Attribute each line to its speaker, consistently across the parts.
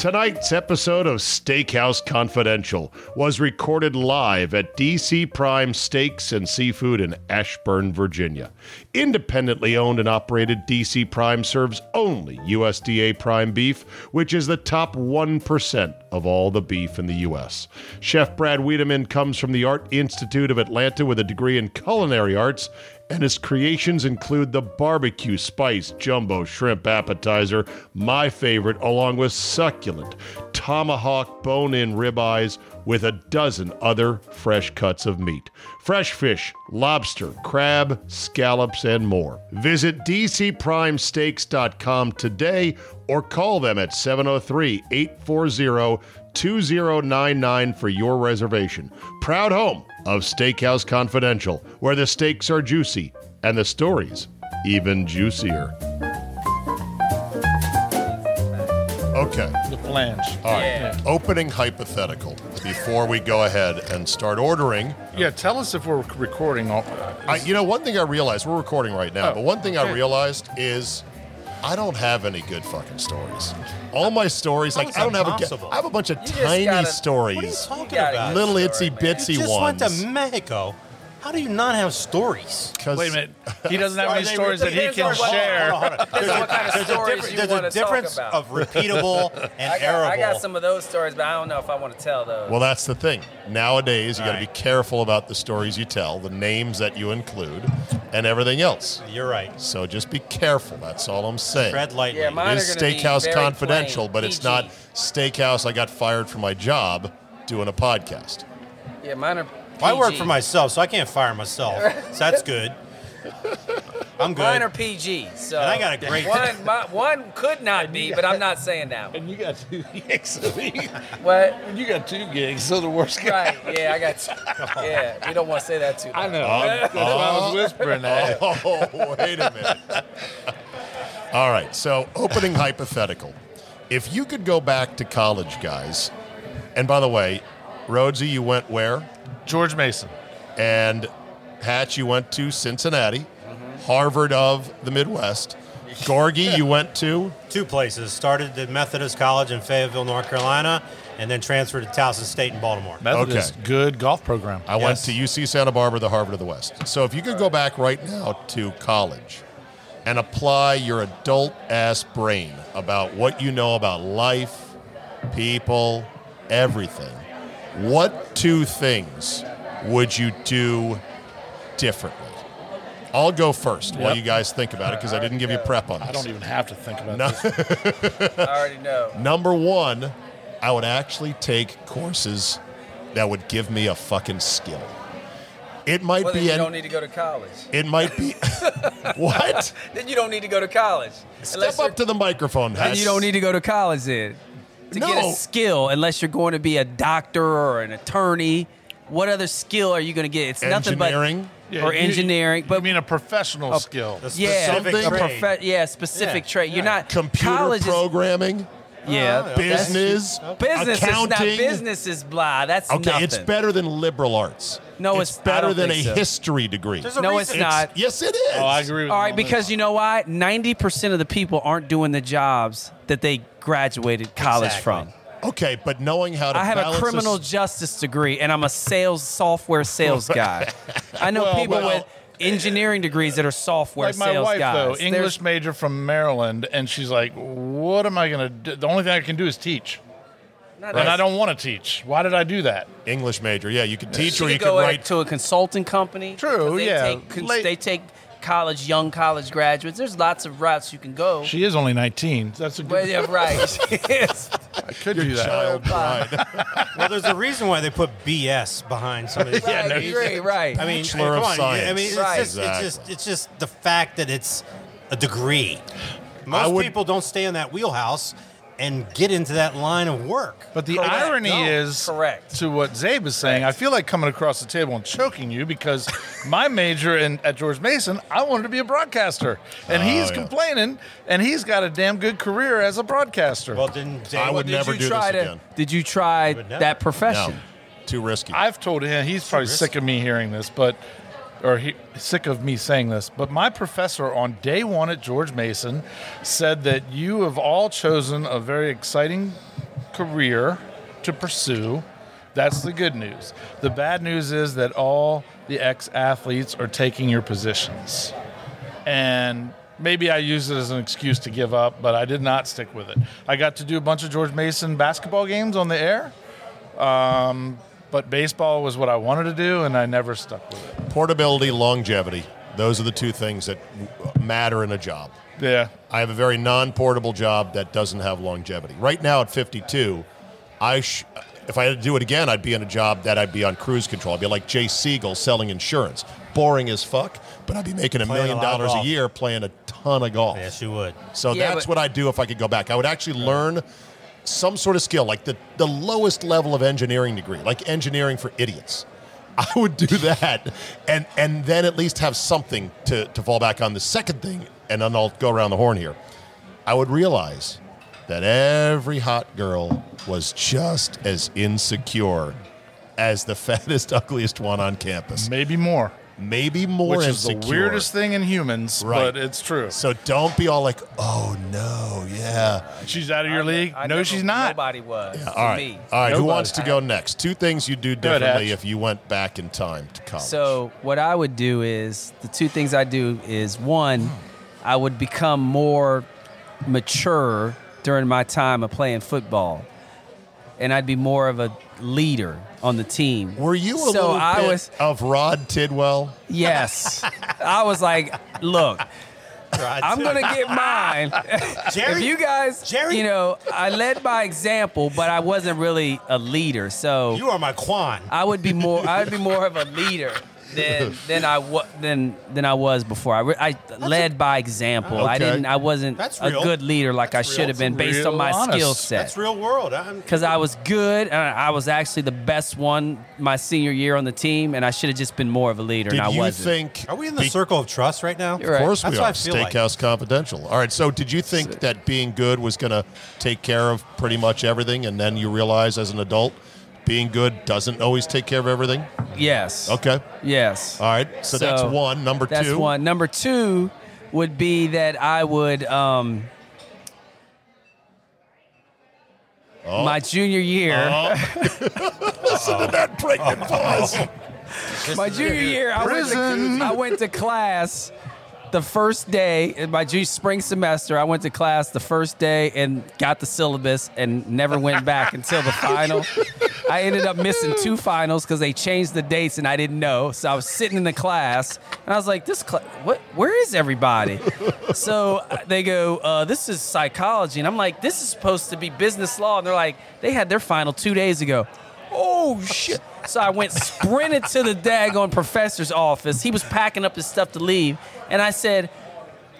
Speaker 1: Tonight's episode of Steakhouse Confidential was recorded live at DC Prime Steaks and Seafood in Ashburn, Virginia. Independently owned and operated, DC Prime serves only USDA prime beef, which is the top 1% of all the beef in the U.S. Chef Brad Wiedemann comes from the Art Institute of Atlanta with a degree in culinary arts and his creations include the barbecue spice jumbo shrimp appetizer, my favorite, along with succulent tomahawk bone in ribeyes with a dozen other fresh cuts of meat. Fresh fish, lobster, crab, scallops, and more. Visit dcprimesteaks.com today or call them at 703 840 2099 for your reservation. Proud home of Steakhouse Confidential, where the steaks are juicy and the stories even juicier. Okay.
Speaker 2: The flange.
Speaker 1: All right. Opening hypothetical before we go ahead and start ordering.
Speaker 2: Yeah, tell us if we're recording. All-
Speaker 1: I, you know, one thing I realized, we're recording right now,
Speaker 2: Oh,
Speaker 1: but one thing I
Speaker 2: okay.
Speaker 1: realized is I don't have any good fucking stories. All my stories, like,
Speaker 3: it's
Speaker 1: I don't have a,
Speaker 3: impossible.
Speaker 1: I have a bunch of
Speaker 3: just
Speaker 1: tiny
Speaker 3: gotta-
Speaker 1: stories.
Speaker 3: What are you talking
Speaker 4: Yeah,
Speaker 3: about?
Speaker 1: little
Speaker 4: story,
Speaker 1: itsy
Speaker 4: man.
Speaker 1: bitsy
Speaker 3: you just
Speaker 1: ones.
Speaker 3: went to Mexico. How do you not have stories?
Speaker 1: 'Cause-
Speaker 2: Wait a minute. He doesn't have any
Speaker 3: Sorry, they-
Speaker 2: stories that he
Speaker 4: Depends
Speaker 2: can
Speaker 4: on what-
Speaker 2: share.
Speaker 3: Hold on, hold on.
Speaker 4: Depends on what kind of
Speaker 3: There's
Speaker 4: stories
Speaker 3: a difference,
Speaker 4: you
Speaker 3: there's
Speaker 4: wanna
Speaker 3: a
Speaker 4: talk
Speaker 3: difference
Speaker 4: about.
Speaker 3: of repeatable and
Speaker 4: I got,
Speaker 3: arable.
Speaker 4: I got some of those stories, but I don't know if I want to tell those.
Speaker 1: Well, that's the thing. Nowadays, you got to
Speaker 3: Right.
Speaker 1: be careful about the stories you tell, the names that you include, and everything else.
Speaker 3: You're right.
Speaker 1: So just be careful. That's all I'm saying.
Speaker 3: Tread lightly.
Speaker 4: yeah, mine
Speaker 1: it
Speaker 4: are
Speaker 1: is
Speaker 4: gonna be
Speaker 1: Steakhouse
Speaker 4: very
Speaker 1: Confidential,
Speaker 4: plain,
Speaker 1: but it's
Speaker 4: PG.
Speaker 1: not Steakhouse. I got fired from my job doing a podcast.
Speaker 4: Yeah, mine are. PG.
Speaker 3: I work for myself, so I can't fire myself. So that's good. I'm good.
Speaker 4: Mine are PG. So
Speaker 3: And I got a great-
Speaker 4: one. My, one could not be, but I'm not saying that. One.
Speaker 2: And you got two gigs. So he-
Speaker 4: What?
Speaker 2: and you got two gigs, so the worst guy.
Speaker 4: Right? Yeah, I got. Yeah, we don't want to say that too.
Speaker 2: I
Speaker 4: loud.
Speaker 2: know. That's why I was whispering that.
Speaker 1: Oh, wait a minute. All right. So, opening hypothetical. If you could go back to college, guys, and by the way, Rhodesy, you went where?
Speaker 2: George Mason.
Speaker 1: And Hatch, you went to Cincinnati, Harvard of the Midwest. Gorgie, you went to
Speaker 3: Two places. Started at Methodist College in Fayetteville, North Carolina, and then transferred to Towson State in Baltimore.
Speaker 1: Methodist, Okay.
Speaker 2: good golf program.
Speaker 1: I went to UC Santa Barbara, the Harvard of the West. So if you could go back right now to college and apply your adult ass brain about what you know about life, people, everything, what two things would you do differently? I'll go first while
Speaker 2: Yep.
Speaker 1: you guys think about it because I didn't give you prep on this.
Speaker 2: I don't even have to think about
Speaker 1: No.
Speaker 2: this.
Speaker 4: I already know.
Speaker 1: Number one, I would actually take courses that would give me a fucking skill. It might
Speaker 4: Well, then
Speaker 1: be
Speaker 4: you
Speaker 1: an
Speaker 4: don't need to go to college.
Speaker 1: It might be. what?
Speaker 4: Then you don't need to go to college.
Speaker 1: Step up to the microphone,
Speaker 4: And
Speaker 1: Hess.
Speaker 4: you don't need to go to college then. To get
Speaker 1: No.
Speaker 4: a skill, unless you're going to be a doctor or an attorney, what other skill are you going to get? It's nothing but
Speaker 1: Engineering?
Speaker 4: or
Speaker 2: you-
Speaker 4: engineering, but
Speaker 2: you mean a professional skill.
Speaker 3: The
Speaker 4: yeah,
Speaker 3: specific
Speaker 4: a
Speaker 1: something-
Speaker 3: trade.
Speaker 4: profe- yeah, specific
Speaker 3: Yeah,
Speaker 4: trade. You're not
Speaker 1: computer
Speaker 4: college is-
Speaker 1: programming,
Speaker 4: yeah,
Speaker 3: yeah.
Speaker 4: that's-
Speaker 1: business,
Speaker 4: Business is not
Speaker 1: accounting.
Speaker 4: business is blah. That's
Speaker 1: Okay,
Speaker 4: nothing.
Speaker 1: it's better than liberal arts.
Speaker 4: No,
Speaker 1: it's,
Speaker 4: it's- I
Speaker 1: better
Speaker 4: don't
Speaker 1: than a
Speaker 4: think so.
Speaker 1: history degree.
Speaker 3: There's a
Speaker 4: No, it's
Speaker 3: reason.
Speaker 4: not.
Speaker 1: yes, it is.
Speaker 2: oh, I agree with
Speaker 4: All
Speaker 2: him
Speaker 4: right,
Speaker 2: on this.
Speaker 4: because you know why? Ninety percent of the people aren't doing the jobs that they graduated college
Speaker 3: Exactly.
Speaker 4: from.
Speaker 1: Okay, but knowing how to
Speaker 4: I have a
Speaker 1: balance
Speaker 4: criminal
Speaker 1: s-
Speaker 4: justice degree and I'm a sales software sales guy. I know
Speaker 2: Well,
Speaker 4: people
Speaker 2: well-
Speaker 4: with engineering degrees that are software
Speaker 2: like my
Speaker 4: sales
Speaker 2: wife
Speaker 4: guys.
Speaker 2: though,
Speaker 4: There's-
Speaker 2: English major from Maryland, and she's like, "What am I gonna do? The only thing I can do is teach,
Speaker 4: not
Speaker 2: and
Speaker 4: us.
Speaker 2: I don't want to teach. Why did I do that?"
Speaker 1: English major. Yeah, you could teach
Speaker 4: She
Speaker 1: or
Speaker 4: could
Speaker 1: you could
Speaker 4: go out
Speaker 1: write.
Speaker 4: to a consulting company.
Speaker 2: True,
Speaker 4: 'cause they
Speaker 2: yeah.
Speaker 4: Take, cons-
Speaker 2: Late-
Speaker 4: they take college young college graduates. There's lots of routes you can go.
Speaker 2: She is only 19. That's a good.
Speaker 4: well, yeah, right. Yes.
Speaker 2: I could do that.
Speaker 1: Child bride.
Speaker 3: Well, there's a reason why they put BS behind some of these.
Speaker 4: Right,
Speaker 3: companies.
Speaker 4: right, right.
Speaker 3: I mean,
Speaker 1: Bachelor
Speaker 3: come
Speaker 1: of
Speaker 3: on. I
Speaker 1: Science.
Speaker 3: mean, it's,
Speaker 4: Right.
Speaker 3: just, it's just it's just the fact that it's a degree.
Speaker 1: I
Speaker 3: Most
Speaker 1: would-
Speaker 3: people don't stay in that wheelhouse and get into that line of work.
Speaker 2: But the
Speaker 3: Correct.
Speaker 2: irony
Speaker 3: No.
Speaker 2: is,
Speaker 4: correct.
Speaker 2: to what Zabe is saying, I feel like coming across the table and choking you because my major in, at George Mason, I wanted to be a broadcaster. And
Speaker 1: Oh,
Speaker 2: he's
Speaker 1: yeah.
Speaker 2: complaining, and he's got a damn good career as a broadcaster.
Speaker 3: well, didn't
Speaker 1: I would
Speaker 3: David-
Speaker 1: never
Speaker 4: did
Speaker 1: do
Speaker 4: you try
Speaker 1: this
Speaker 4: to,
Speaker 1: again.
Speaker 4: Did you try
Speaker 3: would never.
Speaker 4: that profession?
Speaker 1: No, too risky.
Speaker 2: I've told him he's probably
Speaker 3: risky.
Speaker 2: sick of me hearing this, but or he, sick of me saying this. But my professor on day one at George Mason said that you have all chosen a very exciting career to pursue. That's the good news. The bad news is that all the ex athletes are taking your positions and maybe I used it as an excuse to give up, but I did not stick with it. I got to do a bunch of George Mason basketball games on the air, um, but baseball was what I wanted to do, and I never stuck with it.
Speaker 1: Portability, longevity. Those are the two things that w- matter in a job.
Speaker 2: Yeah.
Speaker 1: I have a very non-portable job that doesn't have longevity. Right now at 52, I sh- if I had to do it again, I'd be in a job that I'd be on cruise control. I'd be like Jay Siegel selling insurance. Boring as fuck, but I'd be making a
Speaker 3: Playing
Speaker 1: million
Speaker 3: a lot of
Speaker 1: dollars a
Speaker 3: golf.
Speaker 1: year playing a ton of golf.
Speaker 3: Yes, you would.
Speaker 1: So
Speaker 4: Yeah,
Speaker 1: that's
Speaker 4: but-
Speaker 1: what I'd do if I could go back. I would actually learn some sort of skill, like the, the lowest level of engineering degree, like engineering for idiots. I would do that and, and then at least have something to, to fall back on. The second thing, and then I'll go around the horn here, I would realize that every hot girl was just as insecure as the fattest, ugliest one on campus.
Speaker 2: Maybe more,
Speaker 1: Maybe more
Speaker 2: which is
Speaker 1: insecure.
Speaker 2: the weirdest thing in humans,
Speaker 1: Right.
Speaker 2: but it's true.
Speaker 1: So don't be all like, oh no, yeah.
Speaker 2: She's out of your league.
Speaker 4: I
Speaker 2: no,
Speaker 4: never-
Speaker 2: she's not.
Speaker 4: Nobody was. to
Speaker 1: All right.
Speaker 4: me.
Speaker 1: All right. Who
Speaker 2: Nobody.
Speaker 1: wants to go next? Two things you'd do
Speaker 2: ahead,
Speaker 1: differently
Speaker 2: Hatch.
Speaker 1: if you went back in time to college.
Speaker 4: So what I would do is the two things I do is one, I would become more mature during my time of playing football, and I'd be more of a leader on the team.
Speaker 1: were you a
Speaker 4: so
Speaker 1: little
Speaker 4: I
Speaker 1: bit
Speaker 4: was
Speaker 1: of Rod Tidwell?
Speaker 4: yes, I was like, look, I'm gonna get mine.
Speaker 3: Jerry,
Speaker 4: if you guys,
Speaker 3: Jerry?
Speaker 4: you know, I led by example, but I wasn't really a leader. So
Speaker 3: you are my Quan.
Speaker 4: I would be more. I'd be more of a leader. than than I wa- than than I was before. I, re- I led by example. I
Speaker 1: Okay.
Speaker 4: didn't. I wasn't
Speaker 3: That's
Speaker 4: a
Speaker 3: real.
Speaker 4: good leader like
Speaker 3: That's
Speaker 4: I
Speaker 3: real.
Speaker 4: should have been
Speaker 2: That's
Speaker 4: based on
Speaker 2: real
Speaker 4: my
Speaker 2: honest.
Speaker 4: skill set.
Speaker 3: That's real world. I'm,
Speaker 4: Because I was good, and I was actually the best one my senior year on the team, and I should have just been more of a leader,
Speaker 1: Did
Speaker 4: and I
Speaker 1: you
Speaker 4: wasn't.
Speaker 1: think?
Speaker 3: are we in the
Speaker 1: did-
Speaker 3: circle of trust right now?
Speaker 4: You're right.
Speaker 1: Of course
Speaker 3: That's
Speaker 1: we
Speaker 3: what
Speaker 1: are.
Speaker 3: I feel like.
Speaker 1: Steakhouse Confidential. All right. So, did you think that being good was going to take care of pretty much everything, and then you realize as an adult, being good doesn't always take care of everything?
Speaker 4: yes.
Speaker 1: Okay.
Speaker 4: Yes.
Speaker 1: All right. So, that's one. Number
Speaker 4: that's
Speaker 1: two.
Speaker 4: one. Number two would be that I would um,
Speaker 1: Oh.
Speaker 4: my junior year.
Speaker 1: Listen to that pregnant
Speaker 3: Oh.
Speaker 1: pause.
Speaker 3: This
Speaker 4: My
Speaker 3: is
Speaker 4: junior
Speaker 3: it.
Speaker 4: year, I went, to, I went to class the first day in my junior spring semester. I went to class the first day and got the syllabus and never went back until the final. I ended up missing two finals because they changed the dates and I didn't know. So I was sitting in the class and I was like, "This class, what? Where is everybody?" so they go, uh, "This is psychology," and I'm like, "This is supposed to be business law," and they're like, "They had their final two days ago." Oh shit! So I went sprinted to the daggone professor's office. He was packing up his stuff to leave, and I said,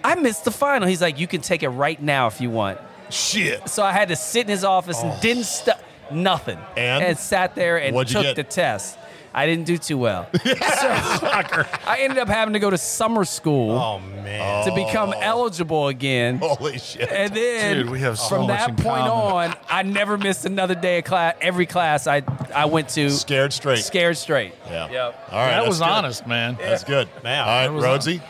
Speaker 4: "I missed the final." He's like, "You can take it right now if you want."
Speaker 1: Shit.
Speaker 4: So I had to sit in his office and didn't stop nothing,
Speaker 1: Oh, And?
Speaker 4: sat there and
Speaker 1: What'd you get?
Speaker 4: took the test. I didn't do too well. so I ended up having to go to summer school
Speaker 3: Oh man.
Speaker 4: to become
Speaker 1: Oh.
Speaker 4: eligible again.
Speaker 1: Holy shit.
Speaker 4: And then
Speaker 2: Dude, we have so
Speaker 4: from
Speaker 2: much
Speaker 4: that
Speaker 2: in
Speaker 4: point
Speaker 2: common.
Speaker 4: on, I never missed another day of class. Every class I I went to
Speaker 1: Scared straight.
Speaker 4: scared straight.
Speaker 1: Yeah.
Speaker 4: Yep.
Speaker 1: All right.
Speaker 2: that
Speaker 1: that's
Speaker 2: was
Speaker 1: good.
Speaker 2: honest, man.
Speaker 1: That's good.
Speaker 3: Man,
Speaker 1: All
Speaker 2: that
Speaker 1: right,
Speaker 2: was
Speaker 1: Rhodesy.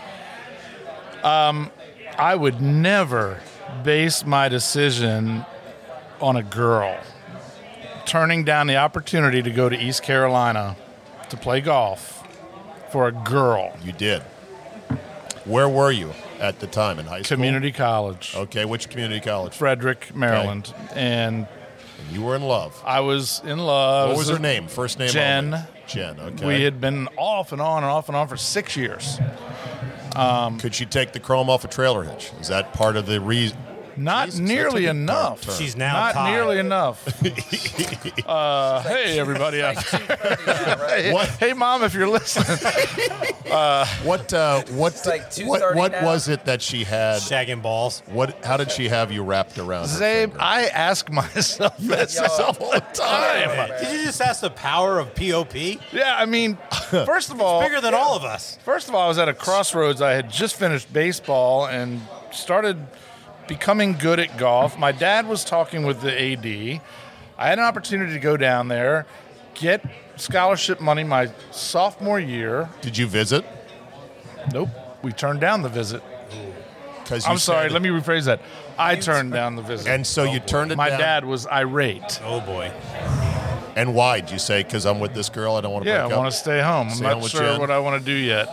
Speaker 2: I would never base my decision on a girl. Turning down the opportunity to go to East Carolina to play golf for a girl.
Speaker 1: You did. Where were you at the time in high school?
Speaker 2: Community college,
Speaker 1: Okay, which community college?
Speaker 2: Frederick, Maryland. And
Speaker 1: You were in love.
Speaker 2: I was in love.
Speaker 1: What was her name? First name?
Speaker 2: Jen.
Speaker 1: only. Jen. Okay.
Speaker 2: We had been off and on and off and on for six years.
Speaker 1: Could she take the chrome off a trailer hitch? Is that part of the reason?
Speaker 2: Not
Speaker 1: Jesus, that
Speaker 2: nearly
Speaker 1: took a dark
Speaker 2: enough.
Speaker 1: turn.
Speaker 3: She's now
Speaker 2: Not
Speaker 3: tied.
Speaker 2: nearly enough. uh, hey, everybody out Hey,
Speaker 1: What?
Speaker 2: hey, mom, if you're listening.
Speaker 1: What? Uh, what?
Speaker 4: like
Speaker 1: what?
Speaker 4: 2:30
Speaker 1: What
Speaker 4: now.
Speaker 1: was it that she had?
Speaker 3: Shagging balls.
Speaker 1: What? How did she have you wrapped around? her
Speaker 2: Zabe,
Speaker 1: finger?
Speaker 2: I ask myself that stuff all the time.
Speaker 3: Did you just ask the power of POP? Bigger
Speaker 2: Yeah, I mean, first of all,
Speaker 3: than all of us.
Speaker 2: first of all, I was at a crossroads. I had just finished baseball and started becoming good at golf. My dad was talking with the AD. I had an opportunity to go down there, get scholarship money my sophomore year.
Speaker 1: did you visit?
Speaker 2: Nope, we turned down the visit.
Speaker 1: Because
Speaker 2: I'm sorry, let me rephrase that. I turned down the visit.
Speaker 1: And so you turned it
Speaker 2: my
Speaker 1: down.
Speaker 2: dad was irate.
Speaker 3: Oh boy.
Speaker 1: And why? Did you say because I'm with this girl? I don't want to.
Speaker 2: Yeah,
Speaker 1: break
Speaker 2: I
Speaker 1: up?
Speaker 2: want to stay home. I'm
Speaker 1: Stay home
Speaker 2: not
Speaker 1: with
Speaker 2: sure
Speaker 1: Jen.
Speaker 2: what I want to do yet.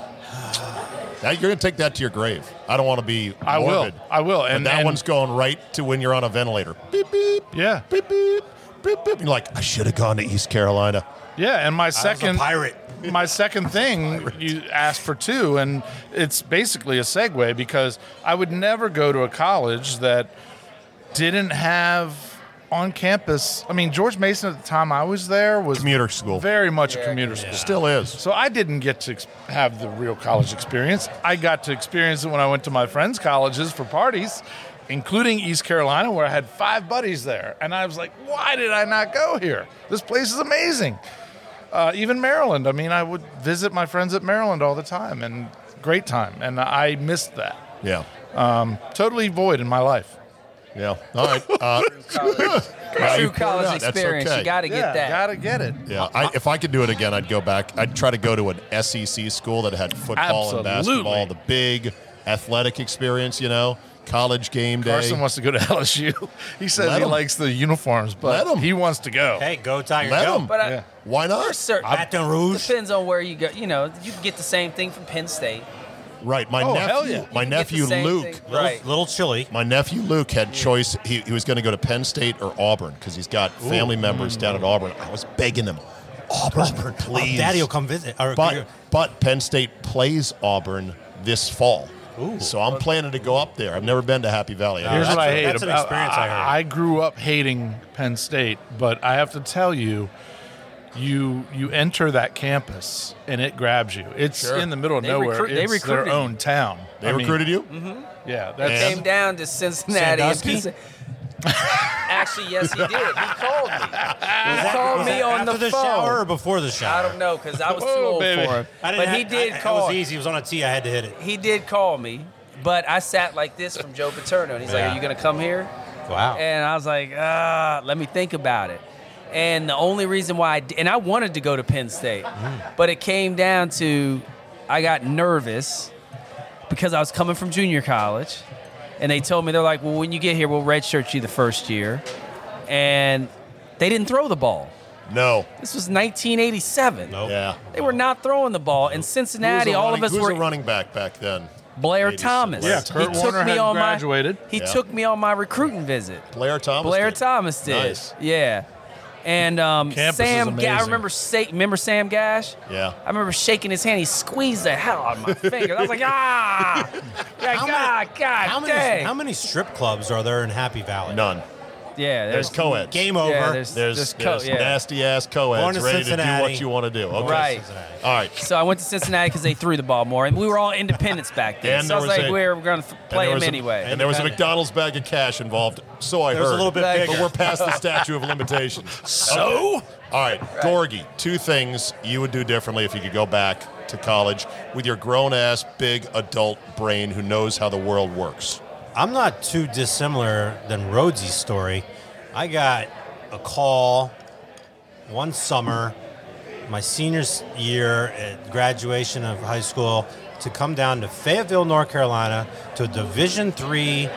Speaker 1: Now, you're going to take that to your grave. I don't want to be.
Speaker 2: I will.
Speaker 1: morbid,
Speaker 2: I will.
Speaker 1: but
Speaker 2: And
Speaker 1: that
Speaker 2: and-
Speaker 1: one's going right to when you're on a ventilator. Beep beep
Speaker 2: yeah,
Speaker 1: beep beep beep beep. You're like, I should have gone to East Carolina.
Speaker 2: yeah. And my
Speaker 3: I was a
Speaker 2: second,
Speaker 3: pirate.
Speaker 2: my second thing, you asked for two, and it's basically a segue because I would never go to a college that didn't have on campus. I mean, George Mason at the time I was there was
Speaker 1: Commuter school.
Speaker 2: very much a commuter school.
Speaker 1: Still is.
Speaker 2: So I didn't get to ex- have the real college experience. I got to experience it when I went to my friends' colleges for parties, including East Carolina, where I had five buddies there. And I was like, why did I not go here? This place is amazing. Uh, even Maryland. I mean, I would visit my friends at Maryland all the time and great time. And I missed that.
Speaker 1: Yeah.
Speaker 2: Totally void in my life.
Speaker 1: Yeah. All right. Uh, now you
Speaker 4: True
Speaker 1: pointed out,
Speaker 4: college
Speaker 1: that's
Speaker 4: experience.
Speaker 1: okay.
Speaker 4: You got to get that.
Speaker 2: Gotta get it.
Speaker 1: Yeah, I, if I could do it again, I'd go back. I'd try to go to an SEC school that had football and
Speaker 2: Absolutely.
Speaker 1: basketball, the big athletic experience, you know, college game day.
Speaker 2: Carson wants to go to LSU. He says
Speaker 1: Let
Speaker 2: he
Speaker 1: him.
Speaker 2: likes the uniforms, but
Speaker 1: Let him.
Speaker 2: he wants to go.
Speaker 3: Hey, go Tiger,
Speaker 1: Let
Speaker 3: go.
Speaker 1: them.
Speaker 4: But I,
Speaker 2: Yeah.
Speaker 1: Why
Speaker 4: there's
Speaker 1: not?
Speaker 4: certain
Speaker 3: Baton Rouge.
Speaker 4: depends on where you go. You know, you can get the same thing from Penn State.
Speaker 1: Right. My
Speaker 2: Oh, hell
Speaker 1: nephew,
Speaker 2: yeah.
Speaker 1: my
Speaker 4: You can get the
Speaker 1: nephew
Speaker 4: same
Speaker 1: Luke.
Speaker 4: thing.
Speaker 3: Little,
Speaker 4: Right.
Speaker 3: little chilly.
Speaker 1: My nephew Luke had choice. He, he was going to go to Penn State or Auburn because he's got family members down at Auburn. I was begging him, Auburn, please.
Speaker 3: Daddy will come visit. Or-
Speaker 1: But but Penn State plays Auburn this fall. So I'm planning to go up there. I've never been to Happy Valley.
Speaker 2: Here's
Speaker 3: that's
Speaker 2: what I
Speaker 3: a-
Speaker 2: hate
Speaker 3: that's an
Speaker 2: about-
Speaker 3: experience I heard.
Speaker 2: I grew up hating Penn State, but I have to tell you, you you enter that campus and it grabs you. It's in the middle of
Speaker 4: They
Speaker 2: nowhere.
Speaker 4: recruit- they
Speaker 2: it's
Speaker 4: recruited you.
Speaker 2: their own town.
Speaker 1: They
Speaker 2: I mean,
Speaker 1: recruited you?
Speaker 2: Yeah, that's
Speaker 1: And-
Speaker 4: Came down to Cincinnati. and
Speaker 3: Sandusky?
Speaker 4: said- Actually, yes, he did. He called me. He
Speaker 3: that-
Speaker 4: called
Speaker 3: was
Speaker 4: me
Speaker 3: that
Speaker 4: on
Speaker 3: after
Speaker 4: the,
Speaker 3: the,
Speaker 4: phone.
Speaker 3: shower or before the shower?
Speaker 4: I don't know because I was too
Speaker 2: Whoa,
Speaker 4: old
Speaker 2: baby.
Speaker 4: for him.
Speaker 3: I
Speaker 4: But
Speaker 3: didn't
Speaker 4: he
Speaker 3: ha-
Speaker 4: did
Speaker 3: I,
Speaker 4: call.
Speaker 3: It was easy. It was on a tee. I had to hit it.
Speaker 4: He did call me, but I sat like this from Joe Paterno, and he's like,
Speaker 3: Yeah.
Speaker 4: "Are you gonna come here?"
Speaker 3: Wow.
Speaker 4: And I was like, "Ah, let me think about it." And the only reason why I d- and I wanted to go to Penn State,
Speaker 1: Mm.
Speaker 4: but it came down to I got nervous because I was coming from junior college, and they told me they're like, "Well, when you get here, we'll redshirt you the first year," and they didn't throw the ball.
Speaker 1: No.
Speaker 4: This was 1987.
Speaker 3: Nope.
Speaker 1: Yeah.
Speaker 4: They were not throwing the ball. In Cincinnati,
Speaker 1: Who was a
Speaker 4: all
Speaker 1: running-
Speaker 4: of us
Speaker 1: who was
Speaker 4: were
Speaker 1: a running back back then.
Speaker 4: Blair
Speaker 1: 86.
Speaker 4: Thomas.
Speaker 1: Yeah,
Speaker 2: Kurt Warner hadn't graduated.
Speaker 4: My, he
Speaker 1: Yeah.
Speaker 4: took me on my recruiting visit.
Speaker 1: Blair Thomas.
Speaker 4: Blair
Speaker 1: did.
Speaker 4: Thomas did.
Speaker 1: Nice.
Speaker 4: Yeah. And um,
Speaker 2: Campus is
Speaker 4: Sam, Ga- I
Speaker 2: amazing.
Speaker 4: remember, sa- remember Sam Gash?
Speaker 1: Yeah.
Speaker 4: I remember shaking his hand. He squeezed the hell out of my fingers. I was like, ah, like,
Speaker 3: How many-
Speaker 4: ah, God
Speaker 3: How
Speaker 4: dang.
Speaker 3: many, how many strip clubs are there in Happy Valley?
Speaker 1: None.
Speaker 4: yeah,
Speaker 1: There's
Speaker 4: there's,
Speaker 1: co-eds.
Speaker 3: Game
Speaker 4: yeah,
Speaker 3: over.
Speaker 4: there's,
Speaker 1: There's,
Speaker 4: there's co-
Speaker 1: there's
Speaker 4: yeah.
Speaker 1: nasty ass
Speaker 3: Born
Speaker 1: co-eds
Speaker 3: in
Speaker 1: ready to do
Speaker 3: Cincinnati.
Speaker 1: what you want to do. Okay.
Speaker 4: Right.
Speaker 3: Cincinnati.
Speaker 1: All right.
Speaker 4: So I went to Cincinnati because they threw the ball more, and we were all independents back then.
Speaker 1: And
Speaker 4: so I
Speaker 1: there
Speaker 4: was
Speaker 1: was
Speaker 4: like,
Speaker 1: a-
Speaker 4: we're going to
Speaker 1: there
Speaker 4: play him
Speaker 1: was a-
Speaker 4: anyway.
Speaker 1: and there was a McDonald's bag of cash involved. So I
Speaker 3: There was
Speaker 1: heard.
Speaker 3: a little bit
Speaker 4: Thank
Speaker 1: But
Speaker 3: bigger.
Speaker 1: we're past the statute of limitations. So? All right, Gorgie, two things you would do differently if you could go back to college with your grown ass, big adult brain who knows how the world works.
Speaker 3: I'm not too dissimilar than Rhodesy's story. I got a call one summer, my senior s- year at graduation of high school, to come down to Fayetteville, North Carolina, to a Division three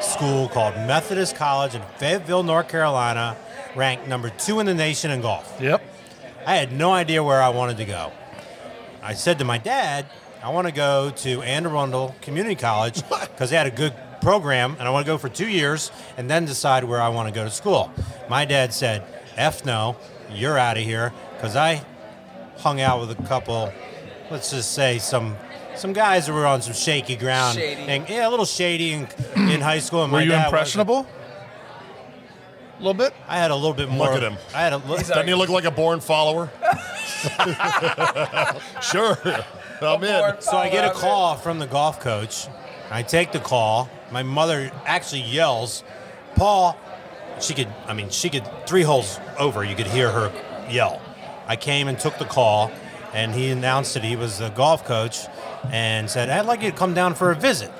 Speaker 3: school called Methodist College in Fayetteville, North Carolina, ranked number two in the nation in golf.
Speaker 2: Yep.
Speaker 3: I had no idea where I wanted to go. I said to my dad, I want to go to Anne Arundel Community College because they had a good program, and I want to go for two years and then decide where I want to go to school. My dad said, F no, you're out of here because I hung out with a couple, let's just say some. Some guys that were on some shaky ground,
Speaker 4: Shady.
Speaker 3: and yeah, a little shady in, in high school. And
Speaker 2: Were
Speaker 3: my
Speaker 2: you
Speaker 3: dad wasn't-
Speaker 2: impressionable? A little bit.
Speaker 3: I had a little bit more.
Speaker 1: Look at him.
Speaker 3: I had a little.
Speaker 1: Doesn't he look like a born follower? sure. I'm in.
Speaker 3: So I get a call from the golf coach. I take the call. My mother actually yells, "Paul!" She could, I mean, she could three holes over. You could hear her yell. I came and took the call, and he announced that he was the golf coach, and said, "I'd like you to come down for a visit."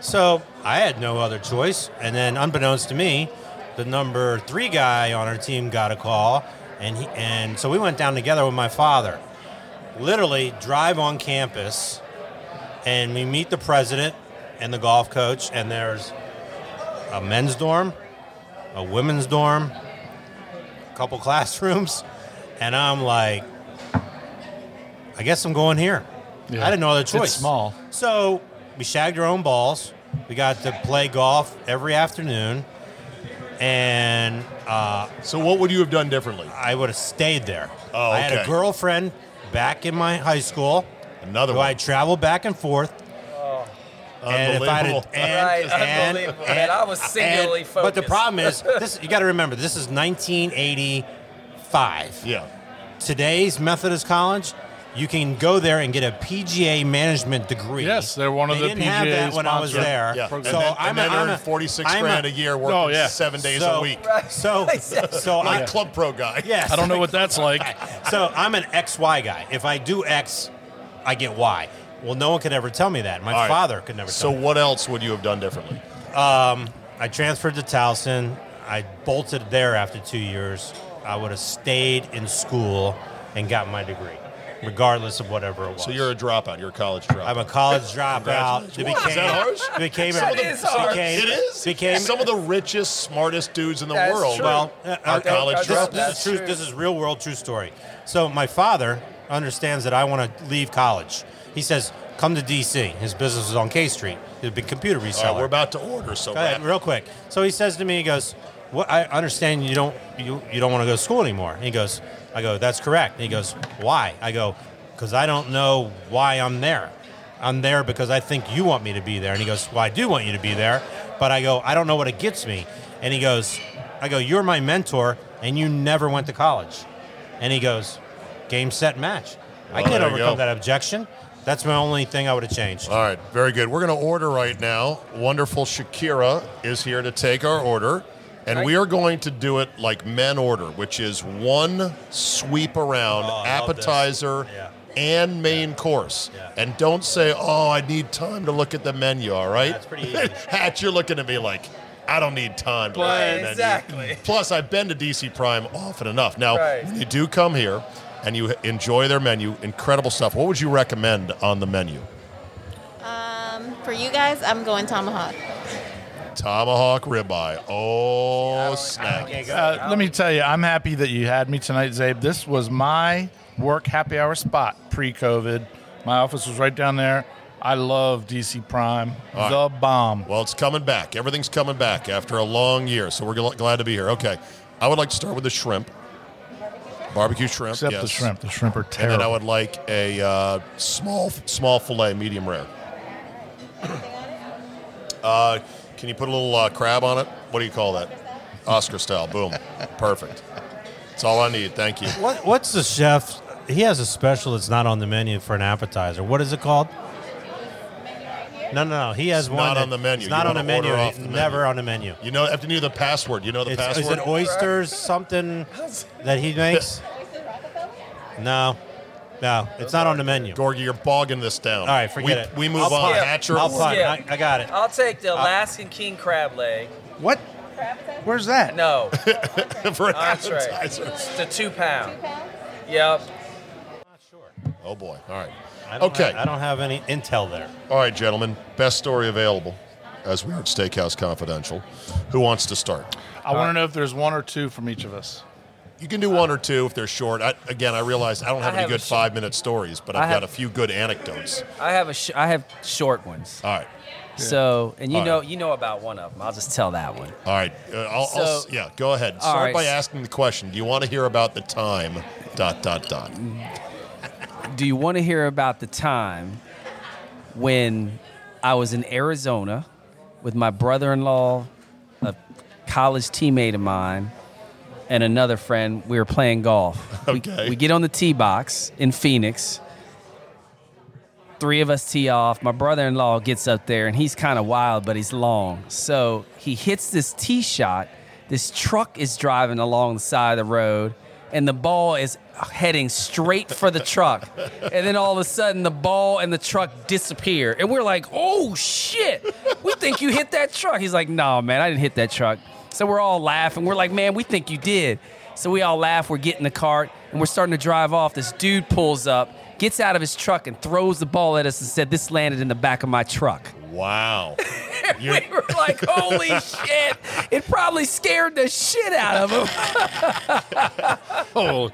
Speaker 3: So I had no other choice. And then, unbeknownst to me, the number three guy on our team got a call, and he, and so we went down together with my father. Literally, drive on campus, and we meet the president and the golf coach. And there's a men's dorm, a women's dorm, a couple classrooms, and I'm like, I guess I'm going here.
Speaker 2: Yeah.
Speaker 3: I didn't know the
Speaker 2: It's
Speaker 3: choice.
Speaker 2: small.
Speaker 3: So we shagged our own balls. We got to play golf every afternoon, and uh,
Speaker 1: So, what would you have done differently?
Speaker 3: I would have stayed there.
Speaker 1: Oh,
Speaker 3: I had
Speaker 1: okay.
Speaker 3: a girlfriend back in my high school,
Speaker 1: Another
Speaker 3: who I
Speaker 1: one.
Speaker 3: traveled back and forth. And if I
Speaker 1: Unbelievable.
Speaker 3: and, and,
Speaker 4: Right, unbelievable.
Speaker 3: and-
Speaker 4: Man, I was singularly
Speaker 3: and- But the
Speaker 4: focused.
Speaker 3: problem is, this you got to remember, this is 1985
Speaker 1: yeah.
Speaker 3: today's Methodist College, you can go there and get a PGA management degree.
Speaker 2: Yes, they're one of
Speaker 3: They
Speaker 2: the
Speaker 3: didn't have
Speaker 2: PGA
Speaker 3: that when I was
Speaker 2: sponsored
Speaker 3: there.
Speaker 1: Yeah.
Speaker 3: So
Speaker 1: and then,
Speaker 3: I'm
Speaker 1: and then
Speaker 3: a, I'm
Speaker 1: earned
Speaker 3: a-
Speaker 1: 46
Speaker 3: I'm
Speaker 1: grand a,
Speaker 3: a
Speaker 1: year working
Speaker 2: Oh, yeah.
Speaker 1: seven days
Speaker 3: so,
Speaker 1: a week.
Speaker 3: So, so
Speaker 1: Like
Speaker 3: I,
Speaker 1: Club Pro guy.
Speaker 3: yes,
Speaker 2: I don't know what that's like.
Speaker 3: so I'm an XY guy. If I do X, I get Y. Well, no one could ever tell me that. My
Speaker 1: All right.
Speaker 3: father could never.
Speaker 1: So,
Speaker 3: tell me.
Speaker 1: what else would you have done differently?
Speaker 3: I transferred to Towson. I bolted there after two years. I would have stayed in school and got my degree, regardless of whatever it was.
Speaker 1: So you're a dropout. You're a college dropout.
Speaker 3: I'm a college dropout.
Speaker 1: Congratulations. Wow, is that harsh?
Speaker 3: Became
Speaker 1: Some of
Speaker 4: That
Speaker 1: the-
Speaker 4: is harsh.
Speaker 3: Became,
Speaker 1: It is.
Speaker 3: Became
Speaker 1: some of the richest, smartest dudes in the
Speaker 4: That's
Speaker 1: world.
Speaker 4: true.
Speaker 3: well.
Speaker 1: are
Speaker 3: uh,
Speaker 1: college
Speaker 3: this,
Speaker 1: dropouts.
Speaker 3: this
Speaker 4: That's
Speaker 3: is true.
Speaker 4: true.
Speaker 3: This is real world true story. So my father understands that I want to leave college. He says, "Come to D.C." His business is on K Street. He's a big computer
Speaker 1: All
Speaker 3: reseller.
Speaker 1: right, we're about to order. So
Speaker 3: Go ahead,
Speaker 1: wrap.
Speaker 3: real quick. So he says to me, he goes, "What? I understand you don't you, you don't want to go to school anymore." And he goes, "I go, that's correct." And he goes, "Why?" I go, "Because I don't know why I'm there. I'm there because I think you want me to be there." And he goes, "Well, I do want you to be there, but I go, I don't know what it gets me." And he goes, "I go, you're my mentor, and you never went to college." And he goes, game, set, match. I
Speaker 1: Oh,
Speaker 3: can't
Speaker 1: there you
Speaker 3: overcome
Speaker 1: go.
Speaker 3: that objection. That's my only thing I would have changed.
Speaker 1: All right, very good. We're going to order right now. Wonderful Shakira is here to take our order. And we are going to do it like men order, which is one sweep around
Speaker 3: Oh, I love this.
Speaker 1: appetizer
Speaker 3: Yeah.
Speaker 1: and main course.
Speaker 3: Yeah.
Speaker 1: And don't say, oh, I need time to look at the menu, all right?
Speaker 3: That's pretty easy.
Speaker 1: Hatch, you're looking at me like, I don't need time to look at the menu.
Speaker 4: Exactly.
Speaker 1: Plus, I've been to DC Prime often enough. Now,
Speaker 4: Right.
Speaker 1: when you do come here and you enjoy their menu, incredible stuff. What would you recommend on the menu?
Speaker 5: Um, for you guys, I'm going tomahawk.
Speaker 1: Tomahawk ribeye. Oh, snap.
Speaker 3: Okay, go.
Speaker 2: Uh, let me tell you, I'm happy that you had me tonight, Zabe. This was my work happy hour spot pre COVID. My office was right down there. I love DC Prime. the bomb.
Speaker 1: Well, it's coming back. Everything's coming back after a long year, so we're gl- glad to be here. Okay. I would like to start with the shrimp. Barbecue shrimp.
Speaker 2: Except the
Speaker 1: yes.
Speaker 2: shrimp. The shrimp are terrible.
Speaker 1: And then I would like a uh, small small filet, medium rare. Uh, can you put a little uh, crab on it? What do you call that? Oscar style. Boom. Perfect. That's all I need. Thank you.
Speaker 3: What, what's the chef? He has a special that's not on the menu for an appetizer. What is it called? No, no, no. He has
Speaker 1: It's
Speaker 3: one.
Speaker 1: not
Speaker 3: that-
Speaker 1: on the menu.
Speaker 3: It's
Speaker 1: You
Speaker 3: not on
Speaker 1: wanna
Speaker 3: the menu.
Speaker 1: order off the
Speaker 3: never
Speaker 1: menu.
Speaker 3: on the menu.
Speaker 1: You know, after you know the password, you know the
Speaker 3: It's, is
Speaker 1: password.
Speaker 3: it oysters something that he makes? No, no, it's not on the menu. All
Speaker 1: Gorgie, you're bogging this down.
Speaker 3: right, forget
Speaker 1: we,
Speaker 3: it.
Speaker 1: We move
Speaker 3: I'll
Speaker 1: on.
Speaker 3: punt.
Speaker 1: Hatcher.
Speaker 3: I'll punt.
Speaker 4: Yeah.
Speaker 3: I, I got it.
Speaker 4: I'll take
Speaker 1: Uh,
Speaker 4: the Alaskan king crab leg.
Speaker 2: what? Where's that?
Speaker 4: No,
Speaker 1: for an
Speaker 4: That's right.
Speaker 1: appetizer.
Speaker 4: it's a two pound. Yep.
Speaker 1: Oh boy. All right.
Speaker 3: I don't
Speaker 1: Okay.
Speaker 3: have- I don't have any intel there.
Speaker 1: All right, gentlemen. Best story available, as we are at Steakhouse Confidential. Who wants to start?
Speaker 2: I want to know if there's one or two from each of us.
Speaker 1: You can do one or two if they're short. I, again, I realize I don't have any
Speaker 4: I have
Speaker 1: good
Speaker 4: a sh-
Speaker 1: five-minute stories, but I've
Speaker 4: I have-
Speaker 1: got a few good anecdotes.
Speaker 4: I have a sh- I have short ones.
Speaker 1: All right.
Speaker 4: So, and you
Speaker 1: Oh, All
Speaker 4: know
Speaker 1: right.
Speaker 4: you know about one of them. I'll just tell that one.
Speaker 1: All right. Uh, I'll, I'll s-
Speaker 4: So-
Speaker 1: yeah. Go ahead. Start
Speaker 4: right.
Speaker 1: by asking the question. Do you want to hear about the time? Dot dot dot.
Speaker 4: Do you want to hear about the time when I was in Arizona with my brother in law, a college teammate of mine, and another friend? We were playing golf. We-
Speaker 1: Okay.
Speaker 4: We, get on the tee box in Phoenix. Three of us tee off. My brother in law gets up there and he's kind of wild, but he's long. So he hits this tee shot. This truck is driving along the side of the road and the ball is heading straight for the truck. And then all of a sudden, the ball and the truck disappear. And we're like, oh shit, we think you hit that truck. He's like, no, man, I didn't hit that truck. So we're all laughing. We're like, man, we think you did. So we all laugh. We're getting the cart and we're starting to drive off. This dude pulls up, gets out of his truck, and throws the ball at us and said, this landed in the back of my truck.
Speaker 1: Wow. You-
Speaker 4: We were like, holy shit. It probably scared the shit out of him.
Speaker 1: Oh,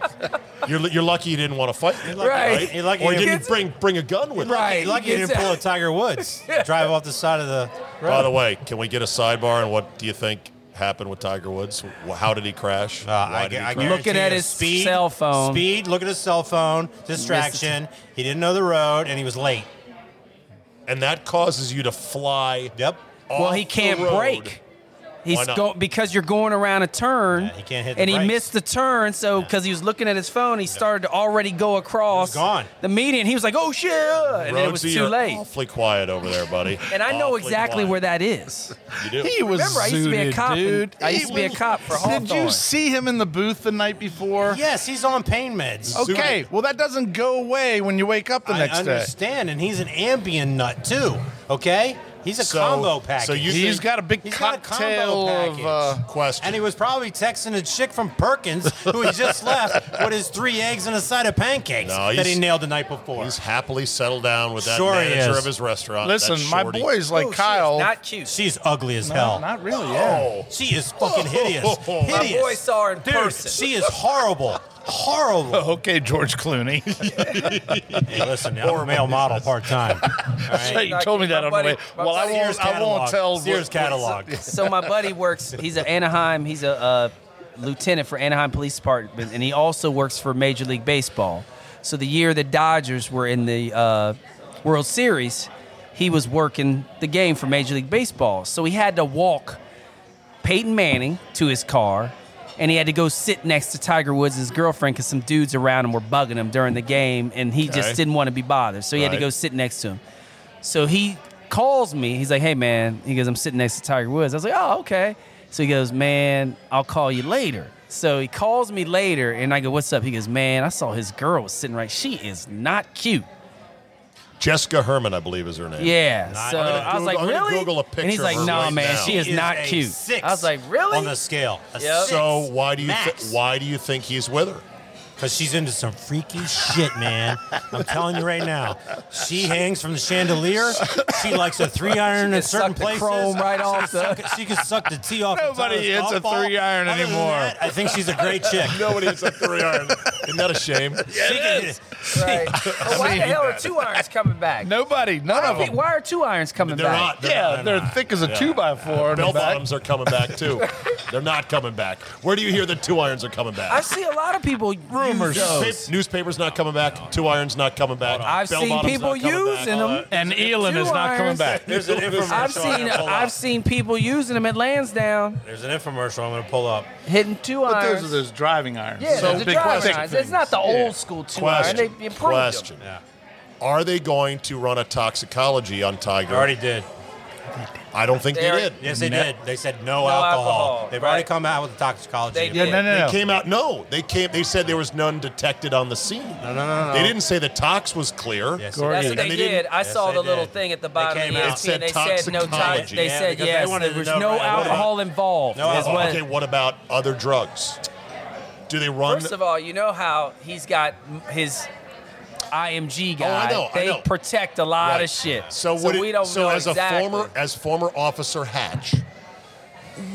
Speaker 1: you're, you're lucky you didn't want to fight, me,
Speaker 4: Right.
Speaker 1: right?
Speaker 3: You're lucky
Speaker 1: or
Speaker 3: you
Speaker 1: you
Speaker 3: didn't-
Speaker 1: didn't bring bring a gun with. you.
Speaker 4: Right.
Speaker 3: Hey, lucky
Speaker 4: he
Speaker 3: you
Speaker 4: gets
Speaker 3: didn't pull
Speaker 4: out.
Speaker 3: a Tiger Woods. Drive off the side of the.
Speaker 1: By the way, can we get a sidebar on what do you think happened with Tiger Woods? Wh- How did he crash?
Speaker 3: Uh,
Speaker 1: Why
Speaker 3: I,
Speaker 1: did he crash?
Speaker 3: I guarantee
Speaker 4: Looking at
Speaker 3: you,
Speaker 4: his cell phone.
Speaker 3: Speed. Look at his cell phone. Distraction. He didn't know the road, and he was late.
Speaker 1: and that causes you to fly.
Speaker 3: Yep.
Speaker 4: Well,
Speaker 1: off
Speaker 4: he
Speaker 1: the
Speaker 4: can't
Speaker 1: road.
Speaker 4: break.
Speaker 1: Why
Speaker 4: He's
Speaker 1: not?
Speaker 4: go because you're going around a turn.
Speaker 3: he can't hit the
Speaker 4: And he
Speaker 3: brakes.
Speaker 4: missed the turn, so because he was looking at his phone, he started to already go across
Speaker 3: gone.
Speaker 4: the median. He was like, "Oh shit!" And then it was
Speaker 1: Rhodesy,
Speaker 4: too
Speaker 1: you're
Speaker 4: late.
Speaker 1: Awfully quiet over there, buddy.
Speaker 4: And I know
Speaker 1: Awfully
Speaker 4: exactly
Speaker 1: quiet.
Speaker 4: where that is.
Speaker 1: You do.
Speaker 2: He was
Speaker 4: Remember, I used to be a
Speaker 2: zooted,
Speaker 4: cop in-
Speaker 2: dude.
Speaker 4: I
Speaker 2: He
Speaker 4: used to be a
Speaker 2: was-
Speaker 4: cop for
Speaker 2: Did you
Speaker 4: Hawthorne.
Speaker 2: see him in the booth the night before?
Speaker 3: Yes, he's on pain meds.
Speaker 2: Okay, well that doesn't go away when you wake up the
Speaker 3: I
Speaker 2: next day.
Speaker 3: understand, and he's an Ambien nut too. Okay, he's a
Speaker 1: So-
Speaker 3: combo package.
Speaker 1: so you-
Speaker 2: He's got a big
Speaker 3: He's got a
Speaker 2: cocktail
Speaker 3: combo
Speaker 2: of.
Speaker 3: package.
Speaker 2: Uh,
Speaker 1: Question.
Speaker 3: and he was probably texting a chick from Perkins who he just left with his three eggs and a side of pancakes
Speaker 1: No, he's-
Speaker 3: that he nailed the night before.
Speaker 1: He's happily settled down with that
Speaker 3: Sure he
Speaker 1: manager
Speaker 3: is.
Speaker 1: of his restaurant. that
Speaker 2: listen, my
Speaker 1: shorty.
Speaker 2: boys like
Speaker 4: Oh, shit,
Speaker 2: Kyle.
Speaker 4: not cute.
Speaker 3: She's ugly as
Speaker 2: No,
Speaker 3: hell.
Speaker 2: not really. Yeah.
Speaker 1: Oh,
Speaker 3: she is fucking hideous.
Speaker 1: My
Speaker 3: hideous.
Speaker 4: boy saw her in
Speaker 3: Dude,
Speaker 4: person.
Speaker 3: She is horrible. Horrible.
Speaker 2: Okay, George Clooney.
Speaker 3: Hey, listen, I'm a male model part time.
Speaker 2: you told me that on the way.
Speaker 4: My
Speaker 2: Well, I
Speaker 4: buddy-
Speaker 2: won't. I won't tell.
Speaker 3: Sears
Speaker 2: what-
Speaker 3: catalog.
Speaker 4: so my buddy works. He's an Anaheim. He's a uh, lieutenant for Anaheim Police Department, and he also works for Major League Baseball. So the year the Dodgers were in the uh, World Series, he was working the game for Major League Baseball. So he had to walk Peyton Manning to his car, and he had to go sit next to Tiger Woods' his girlfriend because some dudes around him were bugging him during the game, and he
Speaker 1: Okay.
Speaker 4: just didn't want to be bothered, so he had to
Speaker 1: Right.
Speaker 4: go sit next to him. So he calls me. He's like, "Hey man," he goes, "I'm sitting next to Tiger Woods." I was like, "Oh, okay." So he goes, "Man, I'll call you later." So he calls me later, and I go, "What's up?" He goes, "Man, I saw his girl was sitting right. She is not cute."
Speaker 1: Jessica Herman, I believe, is her name.
Speaker 4: Yeah.
Speaker 3: Nice.
Speaker 4: So
Speaker 3: I'm gonna
Speaker 4: I was
Speaker 1: Goog-
Speaker 4: like,
Speaker 1: I'm gonna
Speaker 4: really?
Speaker 1: Google a
Speaker 4: and he's
Speaker 1: picture
Speaker 4: like,
Speaker 1: of her
Speaker 4: nah,
Speaker 1: right
Speaker 4: man,
Speaker 1: now.
Speaker 4: she is
Speaker 3: He
Speaker 4: not
Speaker 3: a
Speaker 4: cute.
Speaker 3: six
Speaker 4: I was like, really?
Speaker 3: On the scale, a
Speaker 4: Yep.
Speaker 1: So why do you thi-
Speaker 3: Max.
Speaker 1: why do you think he's with her?
Speaker 3: Because she's into some freaky shit, man. I'm telling you right now. She hangs from the chandelier. She likes a three iron in
Speaker 4: can suck
Speaker 3: certain
Speaker 4: the
Speaker 3: places.
Speaker 4: chrome right
Speaker 3: she
Speaker 4: off
Speaker 3: Can
Speaker 4: the-
Speaker 3: suck, she can suck the tee off. the toe
Speaker 2: Nobody
Speaker 3: of the
Speaker 2: hits
Speaker 3: golf
Speaker 2: a
Speaker 3: ball.
Speaker 2: three iron
Speaker 3: Other than
Speaker 2: anymore.
Speaker 3: that, I think she's a great chick.
Speaker 1: Nobody hits a three iron. Isn't that a shame?
Speaker 3: she can,
Speaker 4: Right. But why the hell are two irons coming back?
Speaker 2: Nobody, none of
Speaker 4: Why,
Speaker 2: them.
Speaker 4: why are two irons coming
Speaker 1: They're
Speaker 4: back?
Speaker 1: not. They're
Speaker 2: Yeah,
Speaker 1: not.
Speaker 2: they're thick as a two by four. in the
Speaker 1: Bell
Speaker 2: back.
Speaker 1: bottoms are coming back too. They're not coming back. Where do you hear that two irons are coming back?
Speaker 4: I see a lot of people rumors.
Speaker 1: Newspa- newspaper's not coming back. Two irons not coming back.
Speaker 4: I've
Speaker 1: Bell
Speaker 4: seen
Speaker 1: bottoms
Speaker 4: people
Speaker 1: not coming back.
Speaker 4: using them.
Speaker 2: And Elon
Speaker 4: Two
Speaker 2: is not coming
Speaker 4: irons.
Speaker 2: back.
Speaker 3: there's an infomercial.
Speaker 4: I've
Speaker 3: I'm
Speaker 4: seen
Speaker 3: gonna pull
Speaker 4: I've
Speaker 3: up.
Speaker 4: seen people using them at Lansdowne,
Speaker 3: There's an infomercial I'm going to pull up.
Speaker 4: hitting two
Speaker 2: But
Speaker 4: irons.
Speaker 2: those are those driving irons.
Speaker 4: yeah,
Speaker 1: So
Speaker 4: they're the
Speaker 1: big
Speaker 4: driver
Speaker 1: question.
Speaker 4: irons. It's not the
Speaker 2: Yeah.
Speaker 4: old school two
Speaker 1: Question.
Speaker 4: iron. They improved
Speaker 1: question.
Speaker 4: them.
Speaker 3: Yeah.
Speaker 1: Are they going to run a toxicology on Tiger?
Speaker 3: They already did.
Speaker 1: I don't think they,
Speaker 4: They already-
Speaker 1: did.
Speaker 3: Yes, they
Speaker 2: No.
Speaker 3: did. They said no,
Speaker 4: No
Speaker 3: alcohol.
Speaker 4: alcohol,
Speaker 3: They've already
Speaker 4: right.
Speaker 3: come out with the toxicology.
Speaker 4: They
Speaker 3: report.
Speaker 4: did.
Speaker 2: No, no, no.
Speaker 1: They came out. No, they came. They said there was none detected on the scene.
Speaker 3: No, no, no, no.
Speaker 1: They didn't say the tox was clear.
Speaker 3: Yes, they
Speaker 4: That's
Speaker 2: Gorgeous.
Speaker 3: did.
Speaker 4: what they,
Speaker 1: And they
Speaker 4: did.
Speaker 1: didn't-
Speaker 4: I
Speaker 3: Yes,
Speaker 4: saw
Speaker 3: they
Speaker 4: the little
Speaker 3: did.
Speaker 4: thing at the
Speaker 3: They
Speaker 4: bottom
Speaker 3: came
Speaker 4: of
Speaker 3: out.
Speaker 4: ESPN.
Speaker 3: It said
Speaker 4: they said no
Speaker 1: toxicology.
Speaker 4: type. They
Speaker 3: Yeah,
Speaker 4: said
Speaker 3: because they
Speaker 4: yes.
Speaker 3: wanted
Speaker 4: there
Speaker 3: to
Speaker 4: was
Speaker 3: know
Speaker 4: no
Speaker 3: right away.
Speaker 4: alcohol involved.
Speaker 3: No
Speaker 4: is
Speaker 3: alcohol.
Speaker 4: what-
Speaker 1: Okay, what about other drugs? Do they run?
Speaker 4: First of all, you know how he's got m- his IMG
Speaker 1: Oh, I
Speaker 4: guy.
Speaker 1: know, I
Speaker 4: they
Speaker 1: know.
Speaker 4: protect a lot
Speaker 1: Right.
Speaker 4: of shit.
Speaker 1: So, would it-
Speaker 4: we don't
Speaker 1: so
Speaker 4: know
Speaker 1: as
Speaker 4: exactly.
Speaker 1: a former as former officer Hatch,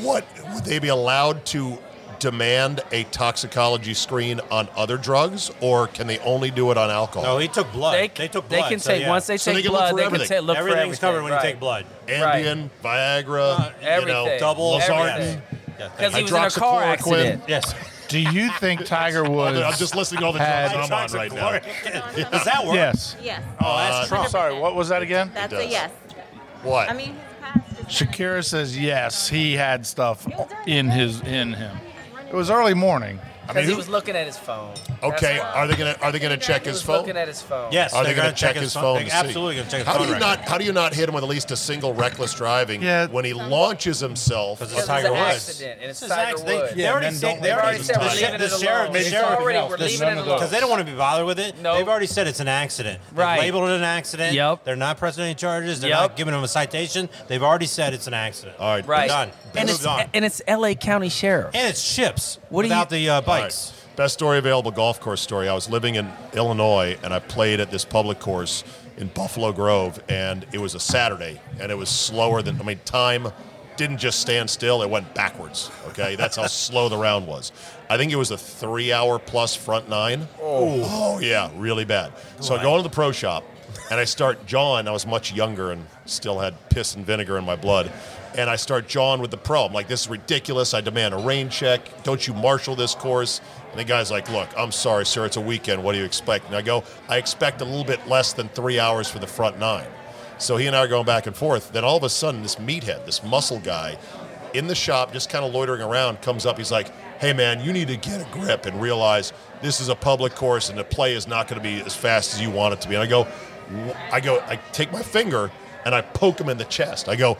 Speaker 1: what would they be allowed to demand a toxicology screen on other drugs, or can they only do it on alcohol?
Speaker 3: No, he took blood. They,
Speaker 4: they,
Speaker 3: took
Speaker 4: they
Speaker 3: blood.
Speaker 4: can
Speaker 3: so,
Speaker 4: take
Speaker 3: yeah.
Speaker 4: once they
Speaker 1: So they
Speaker 4: take
Speaker 1: can look
Speaker 4: blood.
Speaker 1: for
Speaker 4: they
Speaker 1: everything.
Speaker 4: can take look
Speaker 3: Everything's
Speaker 4: for everything.
Speaker 3: covered when
Speaker 4: right.
Speaker 3: you take blood.
Speaker 1: Ambien, Viagra, you know,
Speaker 4: Uh, everything.
Speaker 3: Double
Speaker 1: Lozartan.
Speaker 4: Everything.
Speaker 3: Yeah,
Speaker 4: Because
Speaker 3: thank
Speaker 4: he
Speaker 3: you.
Speaker 4: was in a car
Speaker 1: Hydroxychloroquine.
Speaker 4: accident.
Speaker 3: Yes.
Speaker 2: Do you think Tiger Woods?
Speaker 1: I'm just listing all the
Speaker 2: Had-
Speaker 1: drugs I'm on right now.
Speaker 5: Toxicology.
Speaker 3: Does that work?
Speaker 2: Yes.
Speaker 5: Yes.
Speaker 3: Oh, that's Trump.
Speaker 2: Sorry, what was that again?
Speaker 5: That's
Speaker 1: does.
Speaker 5: a yes.
Speaker 1: Uh, What?
Speaker 5: I mean, his past is.
Speaker 2: Shakira says yes, he had stuff in his in him. It was early morning. I
Speaker 4: Because
Speaker 2: mean,
Speaker 4: he
Speaker 2: who-
Speaker 4: was looking at his phone.
Speaker 1: okay, are they gonna are they gonna check
Speaker 4: He
Speaker 1: his
Speaker 4: was
Speaker 1: phone?
Speaker 4: looking at his phone.
Speaker 3: Yes.
Speaker 1: Are they
Speaker 3: they're
Speaker 1: gonna
Speaker 3: gonna
Speaker 1: check his phone
Speaker 3: They're
Speaker 1: to see?
Speaker 3: absolutely going to check his
Speaker 1: How
Speaker 3: phone
Speaker 1: do you
Speaker 3: right
Speaker 1: not
Speaker 3: now.
Speaker 1: how do you not hit him with at least a single reckless driving
Speaker 2: Yeah.
Speaker 1: when he launches himself?
Speaker 3: 'Cause
Speaker 4: Because
Speaker 3: it's Tiger
Speaker 4: it's an
Speaker 3: Woods.
Speaker 4: accident, and it's
Speaker 3: This is
Speaker 4: Tiger
Speaker 3: act- they-
Speaker 4: Woods.
Speaker 3: They
Speaker 2: Yeah,
Speaker 3: already
Speaker 2: men
Speaker 3: said
Speaker 2: don't-
Speaker 3: they
Speaker 2: They've
Speaker 3: already
Speaker 2: already
Speaker 3: said
Speaker 2: said we're
Speaker 3: the
Speaker 2: leaving
Speaker 3: sheriff-
Speaker 4: it
Speaker 3: the sheriff
Speaker 4: alone.
Speaker 3: the
Speaker 4: It's
Speaker 3: sheriff
Speaker 4: already- we're
Speaker 2: leaving it alone.
Speaker 3: because they don't want to be bothered with it.
Speaker 4: Nope.
Speaker 3: They've already said it's an accident.
Speaker 4: Right.
Speaker 3: They've labeled it an accident.
Speaker 4: Yep.
Speaker 3: They're not pressing any charges. They're
Speaker 4: Yep.
Speaker 3: not giving him a citation. They've already said it's an accident.
Speaker 1: All right.
Speaker 4: Right.
Speaker 3: Done. They
Speaker 4: And
Speaker 3: moved
Speaker 4: it's
Speaker 3: on.
Speaker 4: and it's L.A. County Sheriff.
Speaker 3: And it's ships
Speaker 4: What do you-
Speaker 3: without the uh,
Speaker 1: All right.
Speaker 3: bikes.
Speaker 1: Best story available golf course story. I was living in Illinois and I played at this public course in Buffalo Grove and it was a Saturday and it was slower than I mean time didn't just stand still, it went backwards. Okay? That's how slow the round was. I think it was a three hour plus front nine. Oh, yeah, really bad. So I go into the pro shop and I start jawing. I was much younger and still had piss and vinegar in my blood. And I start jawing with the pro. I'm like, this is ridiculous. I demand a rain check. Don't you marshal this course? And the guy's like, look, I'm sorry, sir. It's a weekend. What do you expect? And I go, I expect a little bit less than three hours for the front nine. So he and I are going back and forth. Then all of a sudden, this meathead, this muscle guy, in the shop, just kind of loitering around, comes up. He's like, "Hey, man, you need to get a grip and realize this is a public course, and the play is not going to be as fast as you want it to be." And I go, "Wh- I go, I take my finger and I poke him in the chest. I go,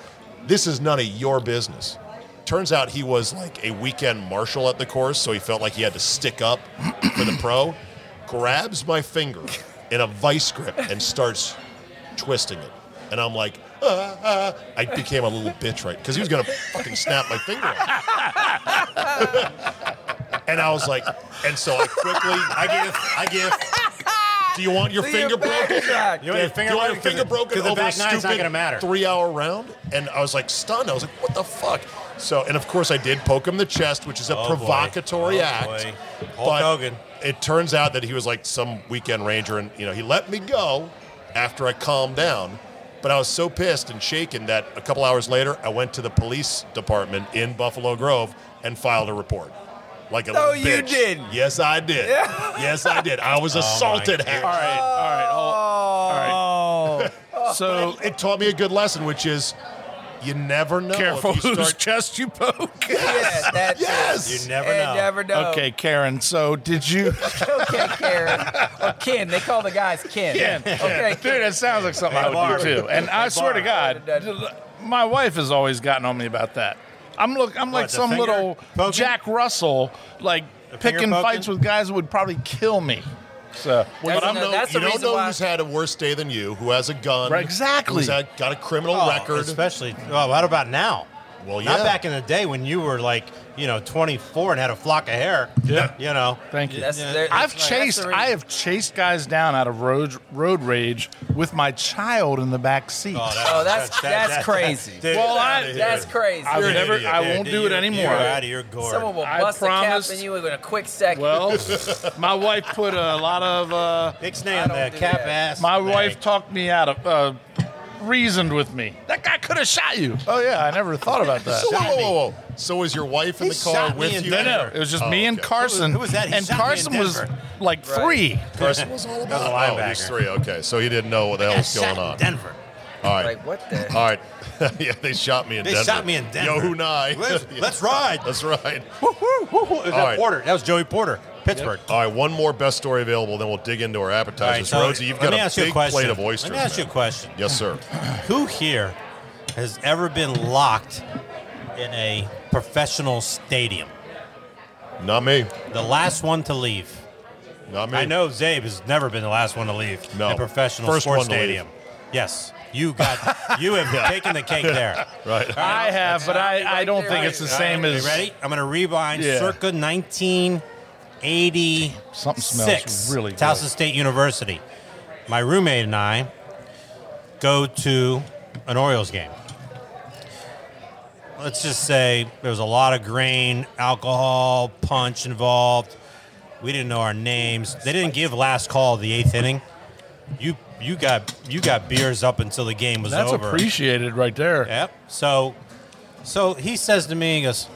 Speaker 1: "This is none of your business." Turns out he was like a weekend marshal at the course, so he felt like he had to stick up for the pro. Grabs my finger in a vice grip and starts twisting it. And I'm like, uh, uh. I became a little bitch, right? Because he was going to fucking snap my finger off. and I was like, and so I quickly, I give, I give. Do you want your
Speaker 4: So
Speaker 1: finger
Speaker 4: you're back
Speaker 1: broken?
Speaker 4: track.
Speaker 3: You want your
Speaker 1: Do
Speaker 3: finger
Speaker 1: you want your
Speaker 3: broken?
Speaker 1: finger
Speaker 3: 'Cause the-
Speaker 1: broken
Speaker 3: 'cause the
Speaker 1: over
Speaker 3: back
Speaker 1: a
Speaker 3: nine's not
Speaker 1: stupid
Speaker 3: gonna matter.
Speaker 1: three-hour round? And I was like stunned. I was like, what the fuck? So, and of course, I did poke him in the chest, which is a
Speaker 3: Oh, boy.
Speaker 1: provocatory
Speaker 3: Oh,
Speaker 1: act.
Speaker 3: boy. Hulk
Speaker 1: But
Speaker 3: Hogan.
Speaker 1: It turns out that he was like some weekend ranger, and you know he let me go after I calmed down. But I was so pissed and shaken that a couple hours later, I went to the police department in Buffalo Grove and filed a report. Like a
Speaker 4: No,
Speaker 1: little
Speaker 4: you
Speaker 1: bitch.
Speaker 4: didn't. Oh
Speaker 1: Yes, I did. yes, I did. I was assaulted. Hatch.
Speaker 2: all right, all right, all, all right.
Speaker 4: Oh,
Speaker 2: So
Speaker 1: It taught me a good lesson, which is You never know. if
Speaker 2: Careful
Speaker 1: you
Speaker 2: whose
Speaker 1: start-
Speaker 2: chest you poke.
Speaker 4: Yeah, that's
Speaker 1: Yes!
Speaker 3: You never
Speaker 4: You
Speaker 3: know.
Speaker 4: never know.
Speaker 2: Okay, Karen. So did you?
Speaker 4: okay, Karen. Or Ken. They call the guys Ken.
Speaker 2: Ken.
Speaker 4: Okay,
Speaker 2: Dude, that sounds like something I would
Speaker 3: Barb.
Speaker 2: do too. And I
Speaker 3: Hey,
Speaker 2: swear to
Speaker 4: Barb.
Speaker 2: God, my wife has always gotten on me about that. I'm look. I'm like
Speaker 3: What, the
Speaker 2: some
Speaker 3: finger
Speaker 2: little
Speaker 3: poking?
Speaker 2: Jack Russell, like
Speaker 3: The finger
Speaker 2: picking
Speaker 3: poking?
Speaker 2: fights with guys that would probably kill me. So,
Speaker 4: That's
Speaker 1: Well, you
Speaker 4: ano-
Speaker 1: don't know,
Speaker 4: that's
Speaker 1: you
Speaker 4: the
Speaker 1: don't
Speaker 4: reason
Speaker 1: know
Speaker 4: why-
Speaker 1: who's had a worse day than you, who has a gun,
Speaker 2: Right, exactly.
Speaker 1: who's had, got a criminal
Speaker 3: Oh,
Speaker 1: record.
Speaker 3: Especially, oh, what about now?
Speaker 1: Well, yeah.
Speaker 3: Not back in the day when you were like, you know, 24 and had a flock of hair.
Speaker 2: Yeah.
Speaker 3: You know. Oh,
Speaker 2: thank you.
Speaker 4: That's- there-
Speaker 2: I've
Speaker 4: that's right.
Speaker 2: chased.
Speaker 4: That's the
Speaker 2: I
Speaker 4: reason.
Speaker 2: have chased guys down out of road road rage with my child in the back seat.
Speaker 3: Oh, that-
Speaker 4: Oh, that's- that's crazy.
Speaker 2: Well,
Speaker 3: get
Speaker 2: I-
Speaker 3: outta here.
Speaker 4: That's crazy.
Speaker 2: I
Speaker 1: You're
Speaker 2: would
Speaker 1: an
Speaker 2: never.
Speaker 1: idiot,
Speaker 2: I
Speaker 3: Dude,
Speaker 2: won't do
Speaker 3: you-
Speaker 2: it anymore.
Speaker 3: You're out of your gourd.
Speaker 4: Someone will
Speaker 2: I
Speaker 4: bust
Speaker 2: promised-
Speaker 4: a cap in you in a quick second.
Speaker 2: Well, my wife put a lot of. Uh,
Speaker 3: Nick's
Speaker 4: I
Speaker 3: name,
Speaker 4: don't
Speaker 3: the
Speaker 4: do
Speaker 3: cap
Speaker 4: that.
Speaker 3: ass.
Speaker 2: My
Speaker 3: thing.
Speaker 2: wife talked me out of, uh, reasoned with me. That guy could have shot you. Oh yeah, I never thought about that.
Speaker 1: so, whoa,
Speaker 3: Uh, me.
Speaker 1: whoa, whoa, whoa. So was your wife in
Speaker 3: He
Speaker 1: the car
Speaker 3: shot me
Speaker 1: with
Speaker 3: in
Speaker 1: you?
Speaker 2: no, no,
Speaker 3: Denver.
Speaker 2: it was just
Speaker 1: Oh,
Speaker 2: me and
Speaker 1: okay.
Speaker 2: Carson.
Speaker 3: Who was that? He
Speaker 2: and
Speaker 3: shot me in
Speaker 2: Carson was
Speaker 3: Denver.
Speaker 2: like
Speaker 4: Right.
Speaker 2: three.
Speaker 1: Carson was all about.
Speaker 3: That
Speaker 1: Oh,
Speaker 3: was a
Speaker 1: these
Speaker 3: linebacker.
Speaker 1: three. Okay, so he didn't know what the hell
Speaker 3: Got
Speaker 1: was
Speaker 3: shot
Speaker 1: going
Speaker 3: in
Speaker 1: on.
Speaker 3: Denver.
Speaker 1: All right.
Speaker 4: like what the?
Speaker 1: All right. yeah, they shot me in
Speaker 3: They
Speaker 1: Denver.
Speaker 3: shot me in Denver.
Speaker 1: Yo, who nigh?
Speaker 3: Let's- let's ride.
Speaker 1: Let's ride.
Speaker 3: Woo, woo, woo, woo. That
Speaker 1: All right.
Speaker 3: Porter. That was Joey Porter, Pittsburgh.
Speaker 1: All right, one more best story available, then we'll dig into our
Speaker 3: All right,
Speaker 1: appetizers.
Speaker 3: so
Speaker 1: Rosie, you've
Speaker 3: let
Speaker 1: got
Speaker 3: me
Speaker 1: a
Speaker 3: ask you
Speaker 1: big
Speaker 3: question.
Speaker 1: plate of oysters.
Speaker 3: Let me ask you a
Speaker 1: man.
Speaker 3: question.
Speaker 1: Yes, sir.
Speaker 3: Who here has ever been locked in a professional stadium?
Speaker 1: Not me.
Speaker 3: The last one to leave.
Speaker 1: Not me.
Speaker 3: I know Zabe has never been the last one to leave
Speaker 1: No.
Speaker 3: a professional
Speaker 1: First
Speaker 3: sports
Speaker 1: one to leave.
Speaker 3: stadium. Yes, you got you have taken the cake there.
Speaker 1: Right.
Speaker 2: I have, but I, I don't
Speaker 4: there,
Speaker 2: think
Speaker 4: right
Speaker 2: it's the
Speaker 4: there.
Speaker 2: same
Speaker 3: You
Speaker 2: as
Speaker 3: ready? I'm going to rewind
Speaker 2: Yeah.
Speaker 3: circa 1986.
Speaker 2: Something smells really good.
Speaker 3: Towson State University. My roommate and I go to an Orioles game. Let's just say there was a lot of grain, alcohol, punch involved. We didn't know our names. They didn't give last call of the eighth inning. You you got you got beers up until the game was
Speaker 2: That's
Speaker 3: over.
Speaker 2: appreciated right there.
Speaker 3: Yep. So, so he says to me, he goes,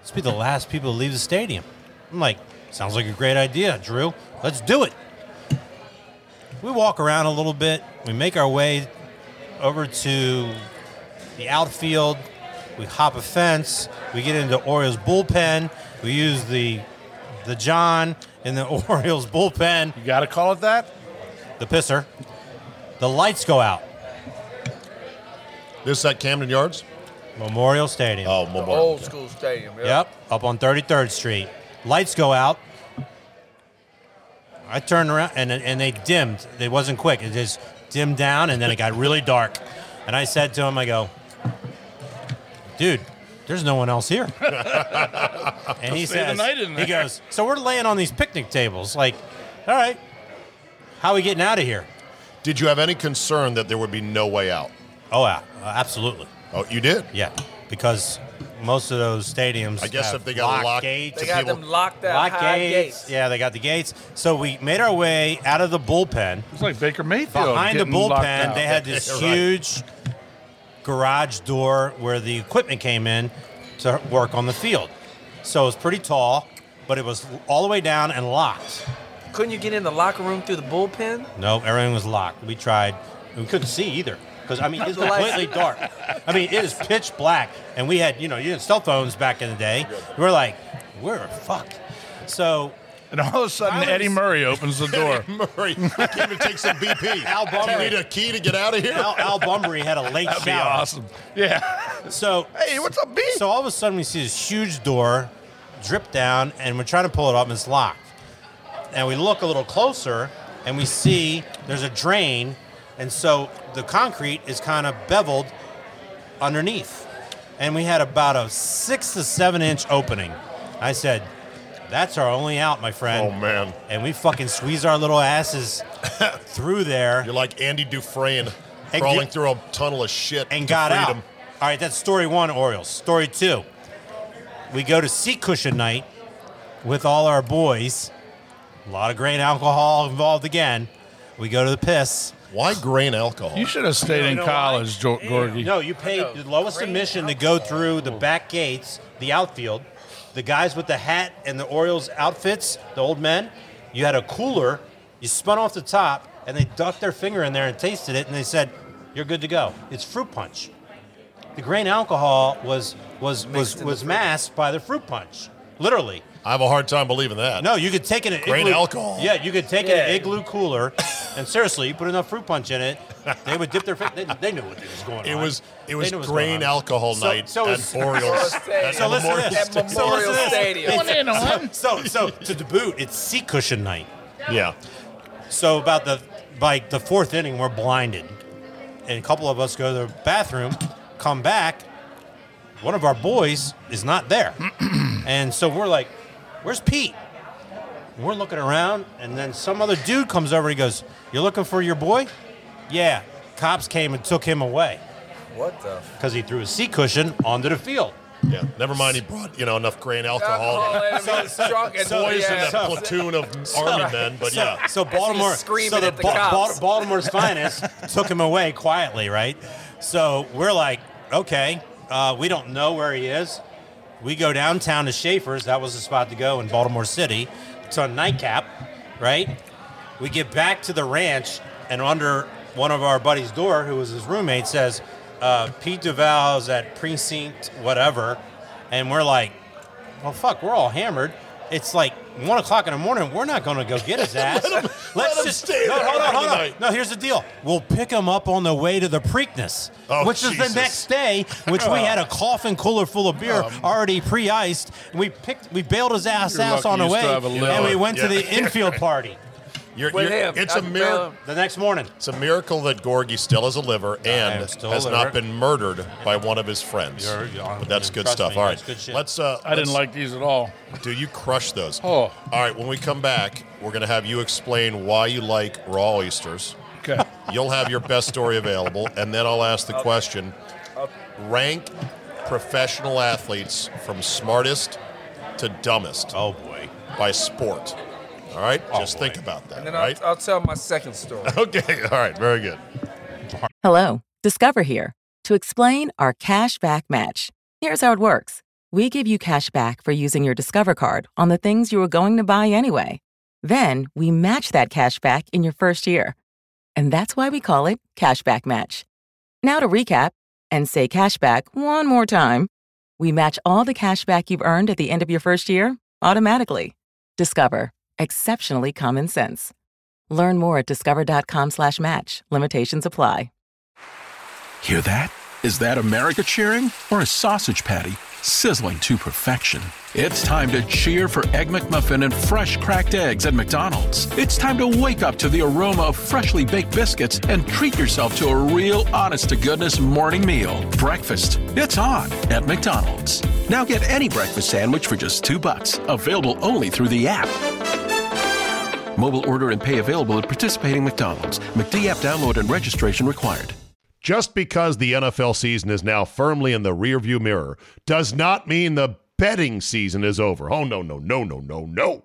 Speaker 3: "Let's be the last people to leave the stadium." I'm like, "Sounds like a great idea, Drew. Let's do it." We walk around a little bit. We make our way over to the outfield. We hop a fence. We get into Orioles bullpen. We use the the John in the Orioles bullpen
Speaker 2: You got to call it that.
Speaker 3: the pisser. The lights go out.
Speaker 1: This is at Camden Yards?
Speaker 3: Memorial Stadium.
Speaker 1: Oh, Memorial.
Speaker 4: Old school stadium. yeah.
Speaker 3: Yep, up on 33rd Street. Lights go out. I turned around and and they dimmed. It wasn't quick. It just dimmed down and then it got really dark. And I said to him, I go, dude, there's no one else here. and he
Speaker 2: stay the
Speaker 3: says,
Speaker 2: night in
Speaker 3: he
Speaker 2: there.
Speaker 3: goes, so we're laying on these picnic tables. Like, all right, how we getting out of here?
Speaker 1: Did you have any concern that there would be no way out?
Speaker 3: Oh, yeah, absolutely.
Speaker 1: Oh, you did?
Speaker 3: Yeah, because most of those stadiums,
Speaker 1: I guess
Speaker 3: have
Speaker 1: if they got
Speaker 3: locked
Speaker 1: locked-
Speaker 3: gates,
Speaker 4: They
Speaker 1: To
Speaker 4: got
Speaker 1: people-
Speaker 4: them locked out.
Speaker 3: Lock
Speaker 4: high
Speaker 3: gates.
Speaker 4: gates.
Speaker 3: Yeah, they got the gates. So we made our way out of the bullpen.
Speaker 2: It's like Baker Mayfield
Speaker 3: Behind the
Speaker 2: getting locked
Speaker 3: bullpen,
Speaker 2: out.
Speaker 3: they had this
Speaker 1: Right.
Speaker 3: huge garage door where the equipment came in to work on the field. So it was pretty tall, but it was all the way down and locked.
Speaker 4: Couldn't you get in the locker room through the bullpen?
Speaker 3: No, everything was locked. We tried. We couldn't see either because I mean it's
Speaker 4: The lights.
Speaker 3: completely dark. I mean it is pitch black, and we had you know you had cell phones back in the day. We are like, we're fucked. So
Speaker 2: and all of a sudden
Speaker 3: I was-
Speaker 2: Eddie Murray opens the door.
Speaker 1: Murray, I came to take some BP.
Speaker 3: Al
Speaker 1: Do you
Speaker 3: Bunbury.
Speaker 1: need a key to get out of here?
Speaker 3: Al, Al Bunbury had a late
Speaker 2: That'd be
Speaker 3: shower.
Speaker 2: awesome. Yeah.
Speaker 3: So
Speaker 2: Hey, what's up, B?
Speaker 3: So all of a sudden we see this huge door drip down, and we're trying to pull it up, and it's locked. And we look a little closer, and we see there's a drain, and so the concrete is kind of beveled underneath. And we had about a six to seven inch opening. I said, "That's our only out, my
Speaker 1: Oh,
Speaker 3: friend."
Speaker 1: man.
Speaker 3: And we fucking squeeze our little asses through there.
Speaker 1: You're like Andy Dufresne
Speaker 3: And
Speaker 1: crawling
Speaker 3: get-
Speaker 1: through a tunnel of shit
Speaker 3: and
Speaker 1: to
Speaker 3: got out.
Speaker 1: freedom.
Speaker 3: All right, that's story one, Orioles. Story two, we go to seat cushion night with all our boys. A lot of grain alcohol involved again. We go to the piss.
Speaker 1: Why grain alcohol?
Speaker 2: You should have stayed in
Speaker 3: You know
Speaker 2: college,
Speaker 3: why?
Speaker 2: Jor- Gorgie.
Speaker 3: No, you paid the lowest admission to go through the back gates, the outfield. The guys with the hat and the Orioles outfits, the old men, you had a cooler. You spun off the top, and they ducked their finger in there and tasted it, and they said, "You're good to go. It's fruit punch." the grain alcohol was was
Speaker 4: Mixed
Speaker 3: was
Speaker 4: in the
Speaker 3: was
Speaker 4: fruit.
Speaker 3: masked by the fruit punch, literally.
Speaker 6: I have a hard time believing that.
Speaker 3: No, you could take it in an
Speaker 6: Grain
Speaker 3: igloo,
Speaker 6: alcohol.
Speaker 3: Yeah, you could take it in an
Speaker 4: Yeah.
Speaker 3: igloo cooler, and seriously, you put enough fruit punch in it, they would dip their. Fi- they, they knew what was going
Speaker 6: It
Speaker 3: on.
Speaker 6: was
Speaker 3: They
Speaker 6: it was
Speaker 3: knew what going
Speaker 6: grain
Speaker 3: on.
Speaker 6: alcohol
Speaker 3: So-
Speaker 6: night
Speaker 3: so
Speaker 6: at
Speaker 3: it's-
Speaker 6: Orioles. at
Speaker 3: listen to
Speaker 4: So
Speaker 6: Memorial
Speaker 3: this.
Speaker 4: At
Speaker 6: Stadium.
Speaker 3: So listen
Speaker 4: Memorial
Speaker 3: to this.
Speaker 4: Stadium.
Speaker 3: It's-
Speaker 2: One and one.
Speaker 3: So so to the boot, it's sea cushion night.
Speaker 6: Yeah.
Speaker 3: So about the like the fourth inning, we're blinded, and a couple of us go to the bathroom, come back, one of our boys is not there, and so we're like, "Where's Pete?" And we're looking around, and then some other dude comes over. and He goes, "You're looking for your boy?" Yeah. Cops came and took him away
Speaker 4: What the?
Speaker 3: because he threw a sea cushion onto the field.
Speaker 6: Yeah. Never mind he brought, you know, enough grain alcohol.
Speaker 3: so-
Speaker 6: Boys in a
Speaker 3: yeah, so-
Speaker 6: platoon of army men, but
Speaker 3: so,
Speaker 6: yeah.
Speaker 3: so Baltimore,
Speaker 4: screaming
Speaker 3: so the
Speaker 4: at the
Speaker 3: Ba- Ba-
Speaker 4: cops.
Speaker 3: Baltimore's finest took him away quietly, right? So we're like, okay, uh, we don't know where he is. We go downtown to Schaefer's. That was the spot to go in Baltimore City. It's on nightcap, right? We get back to the ranch, and under one of our buddies' door, who was his roommate, says, uh, "Pete Duval's at precinct whatever," and we're like, well, fuck, we're all hammered. It's like one o'clock in the morning. We're not going to go get his ass. Let's
Speaker 6: let him
Speaker 3: just
Speaker 6: stay
Speaker 3: no,
Speaker 6: there
Speaker 3: hold on, hold on.
Speaker 6: overnight.
Speaker 3: No, here's the deal. We'll pick him up on the way to the Preakness,
Speaker 6: Oh,
Speaker 3: which is
Speaker 6: Jesus.
Speaker 3: the next day. Which we had a coffin cooler full of beer
Speaker 6: Um,
Speaker 3: already pre-iced. And we picked, we bailed his ass
Speaker 2: You're
Speaker 3: out
Speaker 2: lucky
Speaker 3: on the
Speaker 2: you
Speaker 3: way,
Speaker 2: still have a
Speaker 3: and we
Speaker 6: lid.
Speaker 3: went to
Speaker 6: Yeah.
Speaker 3: the infield party
Speaker 6: You're,
Speaker 4: With
Speaker 6: you're-
Speaker 4: him.
Speaker 6: it's a
Speaker 4: I'd
Speaker 6: miracle.
Speaker 4: bail him.
Speaker 3: the next morning.
Speaker 6: It's a miracle that Gorgie still has a liver and
Speaker 3: am
Speaker 6: has
Speaker 3: still
Speaker 6: not
Speaker 3: alive.
Speaker 6: been murdered by one of his friends.
Speaker 3: You're- you're-
Speaker 6: but that's good
Speaker 3: trust
Speaker 6: stuff.
Speaker 3: me,
Speaker 6: All
Speaker 3: that's
Speaker 6: right,
Speaker 3: good shit.
Speaker 6: let's. Uh,
Speaker 2: I didn't
Speaker 6: let's-
Speaker 2: like these at all.
Speaker 6: Do you crush those?
Speaker 2: Oh.
Speaker 6: All right, when we come back, we're going to have you explain why you like raw oysters.
Speaker 2: Okay.
Speaker 6: You'll have your best story available, and then I'll ask the question rank professional athletes from smartest to dumbest
Speaker 3: Oh boy. Oh,
Speaker 6: by sport. All right, just think about that.
Speaker 4: And then
Speaker 6: all right?
Speaker 4: I'll, I'll tell my second story.
Speaker 6: okay, all right, very good.
Speaker 7: Hello, Discover here to explain our cash back match. Here's how it works we give you cash back for using your Discover card on the things you were going to buy anyway. Then we match that cash back in your first year. And that's why we call it cash back match. Now to recap and say cash back one more time. We match all the cash back you've earned at the end of your first year automatically. Discover, exceptionally common sense. Learn more at discover.com/match. slash match. Limitations apply.
Speaker 8: Hear that? Is that America cheering or a sausage patty sizzling to perfection? It's time to cheer for Egg McMuffin and fresh cracked eggs at McDonald's. It's time to wake up to the aroma of freshly baked biscuits and treat yourself to a real honest to goodness morning meal. Breakfast. It's on at McDonald's. Now get any breakfast sandwich for just 2 bucks, available only through the app. Mobile order and pay available at participating McDonald's. McD app download and registration required.
Speaker 1: Just because the NFL season is now firmly in the rearview mirror does not mean the betting season is over. Oh, no, no, no, no, no, no.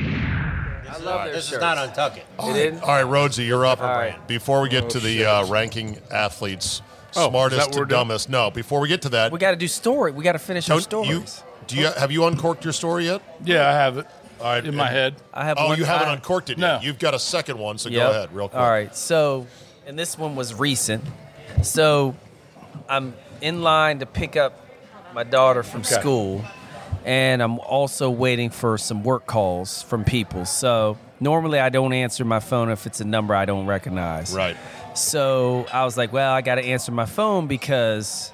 Speaker 4: I love their
Speaker 3: This is
Speaker 4: shirts.
Speaker 3: not untuck it.
Speaker 1: Oh,
Speaker 6: All
Speaker 4: It
Speaker 6: right,
Speaker 4: is?
Speaker 6: all right Rhodesy, you're up.
Speaker 4: right. Oh,
Speaker 6: Before we get to the uh, ranking athletes,
Speaker 2: Oh, is that
Speaker 6: smartest
Speaker 2: what
Speaker 6: to
Speaker 2: we're doing?
Speaker 6: dumbest. No, before we get to that,
Speaker 4: We got to do story. We got to finish our
Speaker 6: don't- you,
Speaker 4: stories.
Speaker 6: do you have you uncorked your story yet?
Speaker 2: Yeah, I have it.
Speaker 1: All right,
Speaker 2: in my
Speaker 1: and-
Speaker 2: head.
Speaker 4: I have.
Speaker 1: Oh,
Speaker 4: one-
Speaker 1: you haven't
Speaker 4: I-
Speaker 1: uncorked it
Speaker 2: No.
Speaker 1: yet. You've got a second one, so
Speaker 4: Yep.
Speaker 1: go ahead, real quick.
Speaker 4: All right. So, and this one was recent. So, I'm in line to pick up my daughter from school, and I'm also waiting for some work calls from people. So, normally I don't answer my phone if it's a number I don't recognize.
Speaker 1: Right.
Speaker 4: So, I was like, well, I got to answer my phone because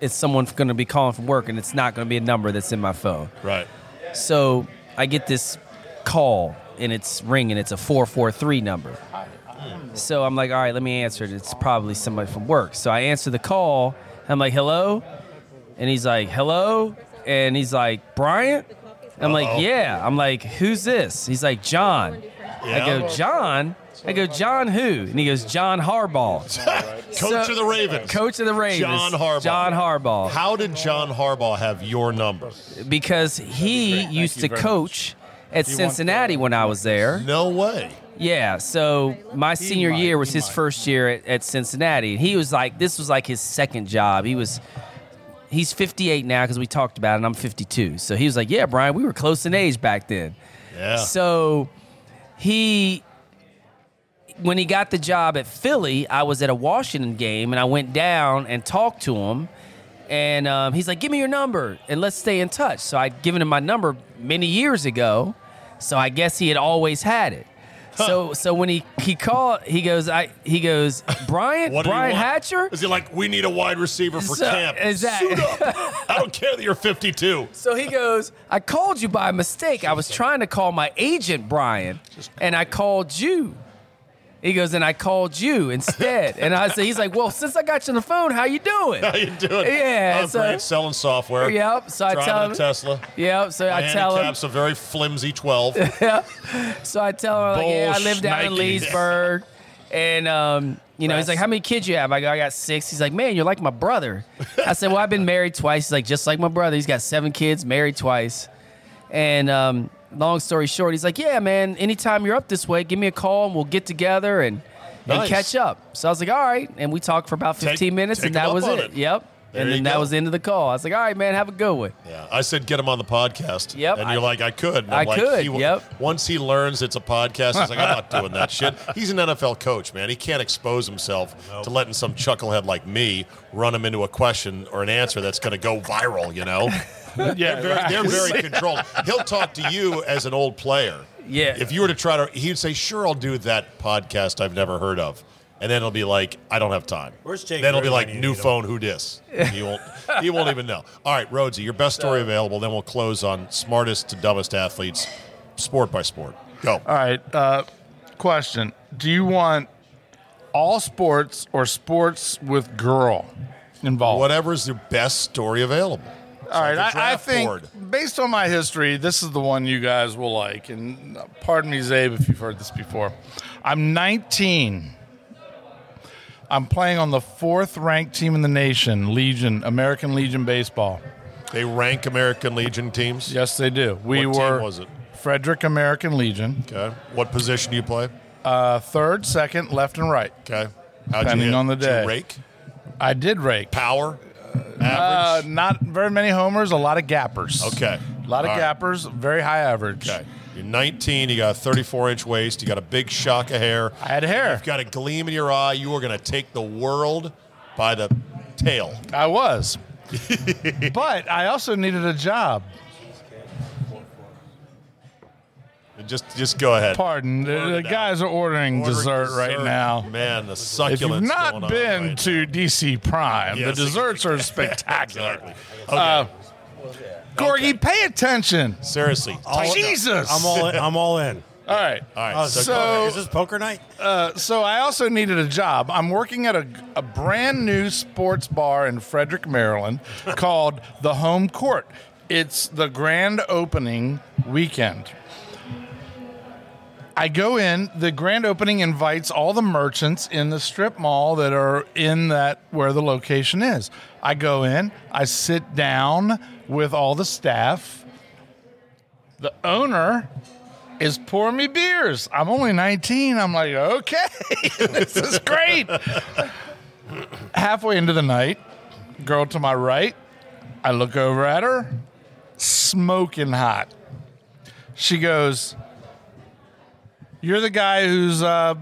Speaker 4: it's someone going to be calling from work, and it's not going to be a number that's in my phone.
Speaker 1: Right.
Speaker 4: So I get this call and it's ringing. It's a 443 number. So I'm like, all right, let me answer it. It's probably somebody from work. So I answer the call. I'm like, hello? And he's like, hello? And he's like, Bryant? I'm like, yeah. I'm like, who's this? He's like, John. I go, John? I go, John who? And he goes, John Harbaugh.
Speaker 1: Coach of the Ravens.
Speaker 4: Coach of the Ravens.
Speaker 1: John Harbaugh.
Speaker 4: John Harbaugh.
Speaker 1: How did John Harbaugh have your number?
Speaker 4: because he used to coach at Cincinnati when I was there.
Speaker 1: No way.
Speaker 4: Yeah, so my senior year was his first year at, at Cincinnati, and he was like, this was like his second job. He was, he's 58 now because we talked about it, and I'm 52. So he was like, yeah, Brian, we were close in age back then.
Speaker 1: Yeah.
Speaker 4: So he, when he got the job at Philly, I was at a Washington game and I went down and talked to him. And um, he's like, give me your number and let's stay in touch. So I'd given him my number many years ago. So I guess he had always had it. So so when he, he called, he goes, I he goes, Brian,
Speaker 1: What do you
Speaker 4: Brian
Speaker 1: want?
Speaker 4: Hatcher?
Speaker 1: Is he like, we need a wide receiver for
Speaker 4: So-
Speaker 1: camp?
Speaker 4: exactly.
Speaker 1: Suit up. I don't care that you're 52.
Speaker 4: So he goes, I called you by mistake. I was trying to call my agent, Brian, and I called you. He goes, and I called you instead. And I said, he's like, well, since I got you on the phone, how you doing?
Speaker 1: How you doing?
Speaker 4: Yeah,
Speaker 1: I'm
Speaker 4: so-
Speaker 1: great. Selling software.
Speaker 4: Yep. So I
Speaker 1: driving
Speaker 4: tell
Speaker 1: a
Speaker 4: him.
Speaker 1: Tesla.
Speaker 4: Yep. So
Speaker 1: My
Speaker 4: I tell him.
Speaker 1: handicap's a very flimsy 12.
Speaker 4: So I tell him, like, yeah, I live down in
Speaker 1: Bullshnikes.
Speaker 4: Leesburg. And, um, you know, he's like, how many kids you have? I go, I got six. He's like, man, you're like my brother. I said, well, I've been married twice. He's like, just like my brother. He's got seven kids, married twice. And um, long story short, he's like, yeah, man, anytime you're up this way, give me a call and we'll get together and,
Speaker 1: Nice.
Speaker 4: and catch up. So I was like, all right. And we talked for about 15 minutes,
Speaker 1: take
Speaker 4: and
Speaker 1: him
Speaker 4: that
Speaker 1: up
Speaker 4: was
Speaker 1: on
Speaker 4: it.
Speaker 1: it.
Speaker 4: Yep.
Speaker 1: There
Speaker 4: and
Speaker 1: you
Speaker 4: then that
Speaker 1: go.
Speaker 4: was the end of the call. I was like, all right, man, have a good one.
Speaker 1: Yeah, I said get him on the podcast.
Speaker 4: Yep,
Speaker 1: and you're
Speaker 4: I-
Speaker 1: like, I could. And
Speaker 4: I
Speaker 1: like,
Speaker 4: could,
Speaker 1: He,
Speaker 4: yep.
Speaker 1: Once he learns it's a podcast, he's like, I'm not doing that shit. He's an NFL coach, man. He can't expose himself to letting some chucklehead like me run him into a question or an answer that's going to go viral. You know,
Speaker 2: yeah,
Speaker 1: Very- they're very controlled. He'll talk to you as an old player.
Speaker 4: Yeah.
Speaker 1: If you were to try to, he'd say, Sure, I'll do that podcast I've never heard of. And then it'll be like, I don't have time.
Speaker 3: Where's Jake
Speaker 1: Then it'll be
Speaker 3: Gruden
Speaker 1: like,
Speaker 3: when you
Speaker 1: new
Speaker 3: need him?
Speaker 1: phone, who dis? He won't, he won't even know. All right, Rhodesy, your best story available. Then we'll close on smartest to dumbest athletes, sport by sport. Go.
Speaker 2: All right. Uh, question: Do you want all sports or sports with girl involved?
Speaker 1: Whatever's the best story available. It's
Speaker 2: All
Speaker 1: like
Speaker 2: right,
Speaker 1: the
Speaker 2: I, I
Speaker 1: draft
Speaker 2: think
Speaker 1: board.
Speaker 2: based on my history, this is the one you guys will like. And uh, pardon me, Zabe, if you've heard this before. I'm 19. I'm playing on the fourth-ranked team in the nation, Legion, American Legion baseball.
Speaker 1: They rank American Legion teams.
Speaker 2: Yes, they do. We
Speaker 1: What team
Speaker 2: were
Speaker 1: was it?
Speaker 2: Frederick American Legion,
Speaker 1: Okay. What position do you play?
Speaker 2: uh, third, second, left, and right.
Speaker 1: Okay. How'd
Speaker 2: Depending
Speaker 1: hit?
Speaker 2: on the
Speaker 1: Did you
Speaker 2: day.
Speaker 1: rake?
Speaker 2: I did rake.
Speaker 1: Power?
Speaker 2: Uh,
Speaker 1: average?
Speaker 2: not very many homers, a lot of gappers.
Speaker 1: Okay.
Speaker 2: A lot of
Speaker 1: All right.
Speaker 2: gappers, very high average.
Speaker 1: Okay. You're 19. You got a 34 inch waist. You got a big shock of hair.
Speaker 2: I had hair.
Speaker 1: You've got a gleam in your eye. You are going to take the world by the tail.
Speaker 2: I was. but I also needed a job.
Speaker 1: Just, just go ahead.
Speaker 2: Pardon.
Speaker 1: Word
Speaker 2: The
Speaker 1: it out.
Speaker 2: guys are ordering
Speaker 1: Order
Speaker 2: dessert, right
Speaker 1: dessert.
Speaker 2: now.
Speaker 1: Man, the
Speaker 2: If
Speaker 1: succulents.
Speaker 2: you've
Speaker 1: going
Speaker 2: not
Speaker 1: on
Speaker 2: been
Speaker 1: right
Speaker 2: to DC Prime,
Speaker 1: Yes,
Speaker 2: the desserts are
Speaker 1: now.
Speaker 2: spectacular.
Speaker 1: Exactly. Okay.
Speaker 2: Uh, Corgi, pay attention.
Speaker 1: Seriously.
Speaker 3: All-
Speaker 2: Jesus.
Speaker 3: I'm all. In, I'm all in.
Speaker 2: All right.
Speaker 1: All right.
Speaker 3: Oh,
Speaker 1: so
Speaker 3: so,
Speaker 2: go-
Speaker 3: is this poker night?
Speaker 2: Uh, so I also needed a job. I'm working at a, a brand new sports bar in Frederick, Maryland called The Home Court. It's the grand opening weekend. I go in, the grand opening invites all the merchants in the strip mall that are in that where the location is. I go in, I sit down with all the staff. The owner is pour me beers. I'm only 19. I'm like, okay, this is great. Halfway into the night, girl to my right, I look over at her, smoking hot. She goes, You're the guy who's uh,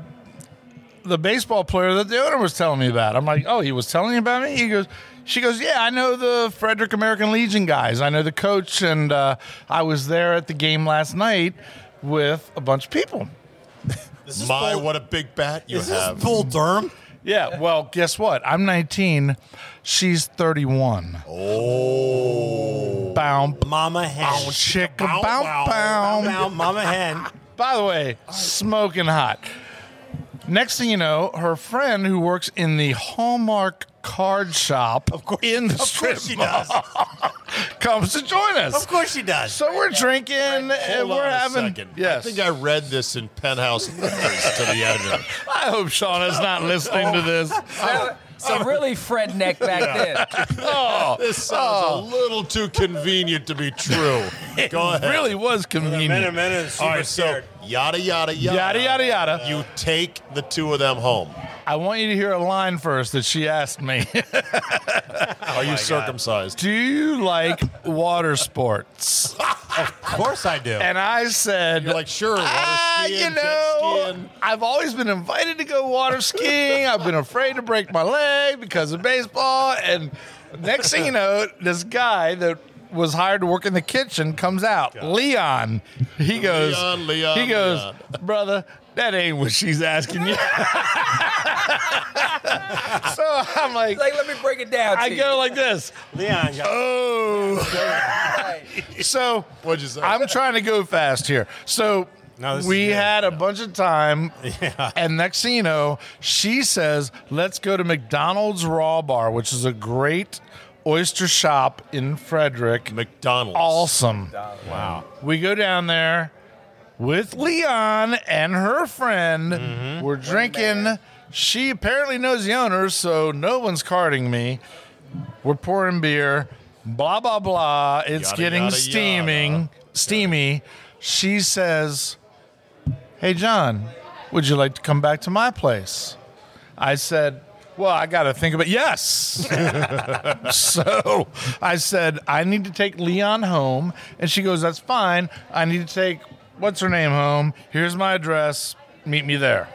Speaker 2: the baseball player that the owner was telling me about. I'm like, Oh, he was telling you about me? He goes, she goes, Yeah, I know the Frederick American Legion guys. I know the coach, and uh, I was there at the game last night with a bunch of people.
Speaker 3: This is
Speaker 6: My,
Speaker 3: Bull-
Speaker 6: what a big bat you
Speaker 3: is
Speaker 6: have.
Speaker 3: this Bull Durham?
Speaker 2: Yeah, well, guess what? I'm 19. She's 31. Oh. Bow,
Speaker 3: Mama Hen.
Speaker 2: chicka, bow,
Speaker 6: bow,
Speaker 2: bow.
Speaker 3: Now, Mama Hen.
Speaker 2: By the way, smoking hot. Next thing you know, her friend who works in the Hallmark card shop in the
Speaker 3: Of
Speaker 2: strip
Speaker 3: course she
Speaker 2: mall
Speaker 3: does.
Speaker 2: comes to join us.
Speaker 3: Of course she does.
Speaker 2: So we're drinking and
Speaker 6: Hold
Speaker 2: we're
Speaker 6: on a
Speaker 2: having.
Speaker 6: second.
Speaker 2: Yes.
Speaker 6: I think I read this in Penthouse Letters to the editor.
Speaker 2: I hope Shauna's not listening to this.
Speaker 4: So really Fred neck back then.
Speaker 2: Oh,
Speaker 6: This sounds a little too convenient to be true. Go ahead.
Speaker 2: really was
Speaker 3: Minute,
Speaker 2: convenient.
Speaker 3: minute, super
Speaker 6: All right, so
Speaker 3: scared.
Speaker 6: yada yada yada
Speaker 2: Yada, yada, yada.
Speaker 6: You take the two of them home.
Speaker 2: I want you to hear a line first that she asked me.
Speaker 3: Oh
Speaker 6: Are you circumcised?
Speaker 2: Do you like water sports?
Speaker 3: Of course I do.
Speaker 2: And I said,
Speaker 6: You're like sure. Water
Speaker 2: Ah,
Speaker 6: skiing,
Speaker 2: you
Speaker 6: jet
Speaker 2: know,
Speaker 6: skiing.
Speaker 2: I've always been invited to go water skiing. I've been afraid to break my leg because of baseball. And next thing you know, this guy that was hired to work in the kitchen comes out, Leon. He goes,
Speaker 6: Leon, Leon,
Speaker 2: he goes,
Speaker 6: Leon.
Speaker 2: brother, that ain't what she's asking you. so I'm like,
Speaker 4: Like, let me break it down.
Speaker 2: I
Speaker 4: to
Speaker 2: go like this.
Speaker 3: Leon, got-
Speaker 2: Oh, so
Speaker 6: What'd you say?
Speaker 2: I'm trying to go fast here. So
Speaker 3: No, this is
Speaker 2: we
Speaker 3: good.
Speaker 2: had a bunch of time, and next thing you know, she says, "Let's go to McDonald's Raw Bar, which is a great oyster shop in Frederick.
Speaker 6: McDonald's.
Speaker 2: Awesome.
Speaker 3: wow.
Speaker 2: We go down there with Leon and her friend.
Speaker 3: Mm.
Speaker 6: Mm-hmm.
Speaker 2: We're drinking. She apparently knows the owner, so no one's carding me. We're pouring beer. Blah blah blah. It's
Speaker 6: Yada,
Speaker 2: getting
Speaker 6: yada,
Speaker 2: steaming, steamy. She says, "Hey John, would you like to come back to my place?" I said, "Well, I got to think about yes." so I said, I need to take Leon home. And she goes, That's fine. I need to take what's her name home. Here's my address. Meet me there.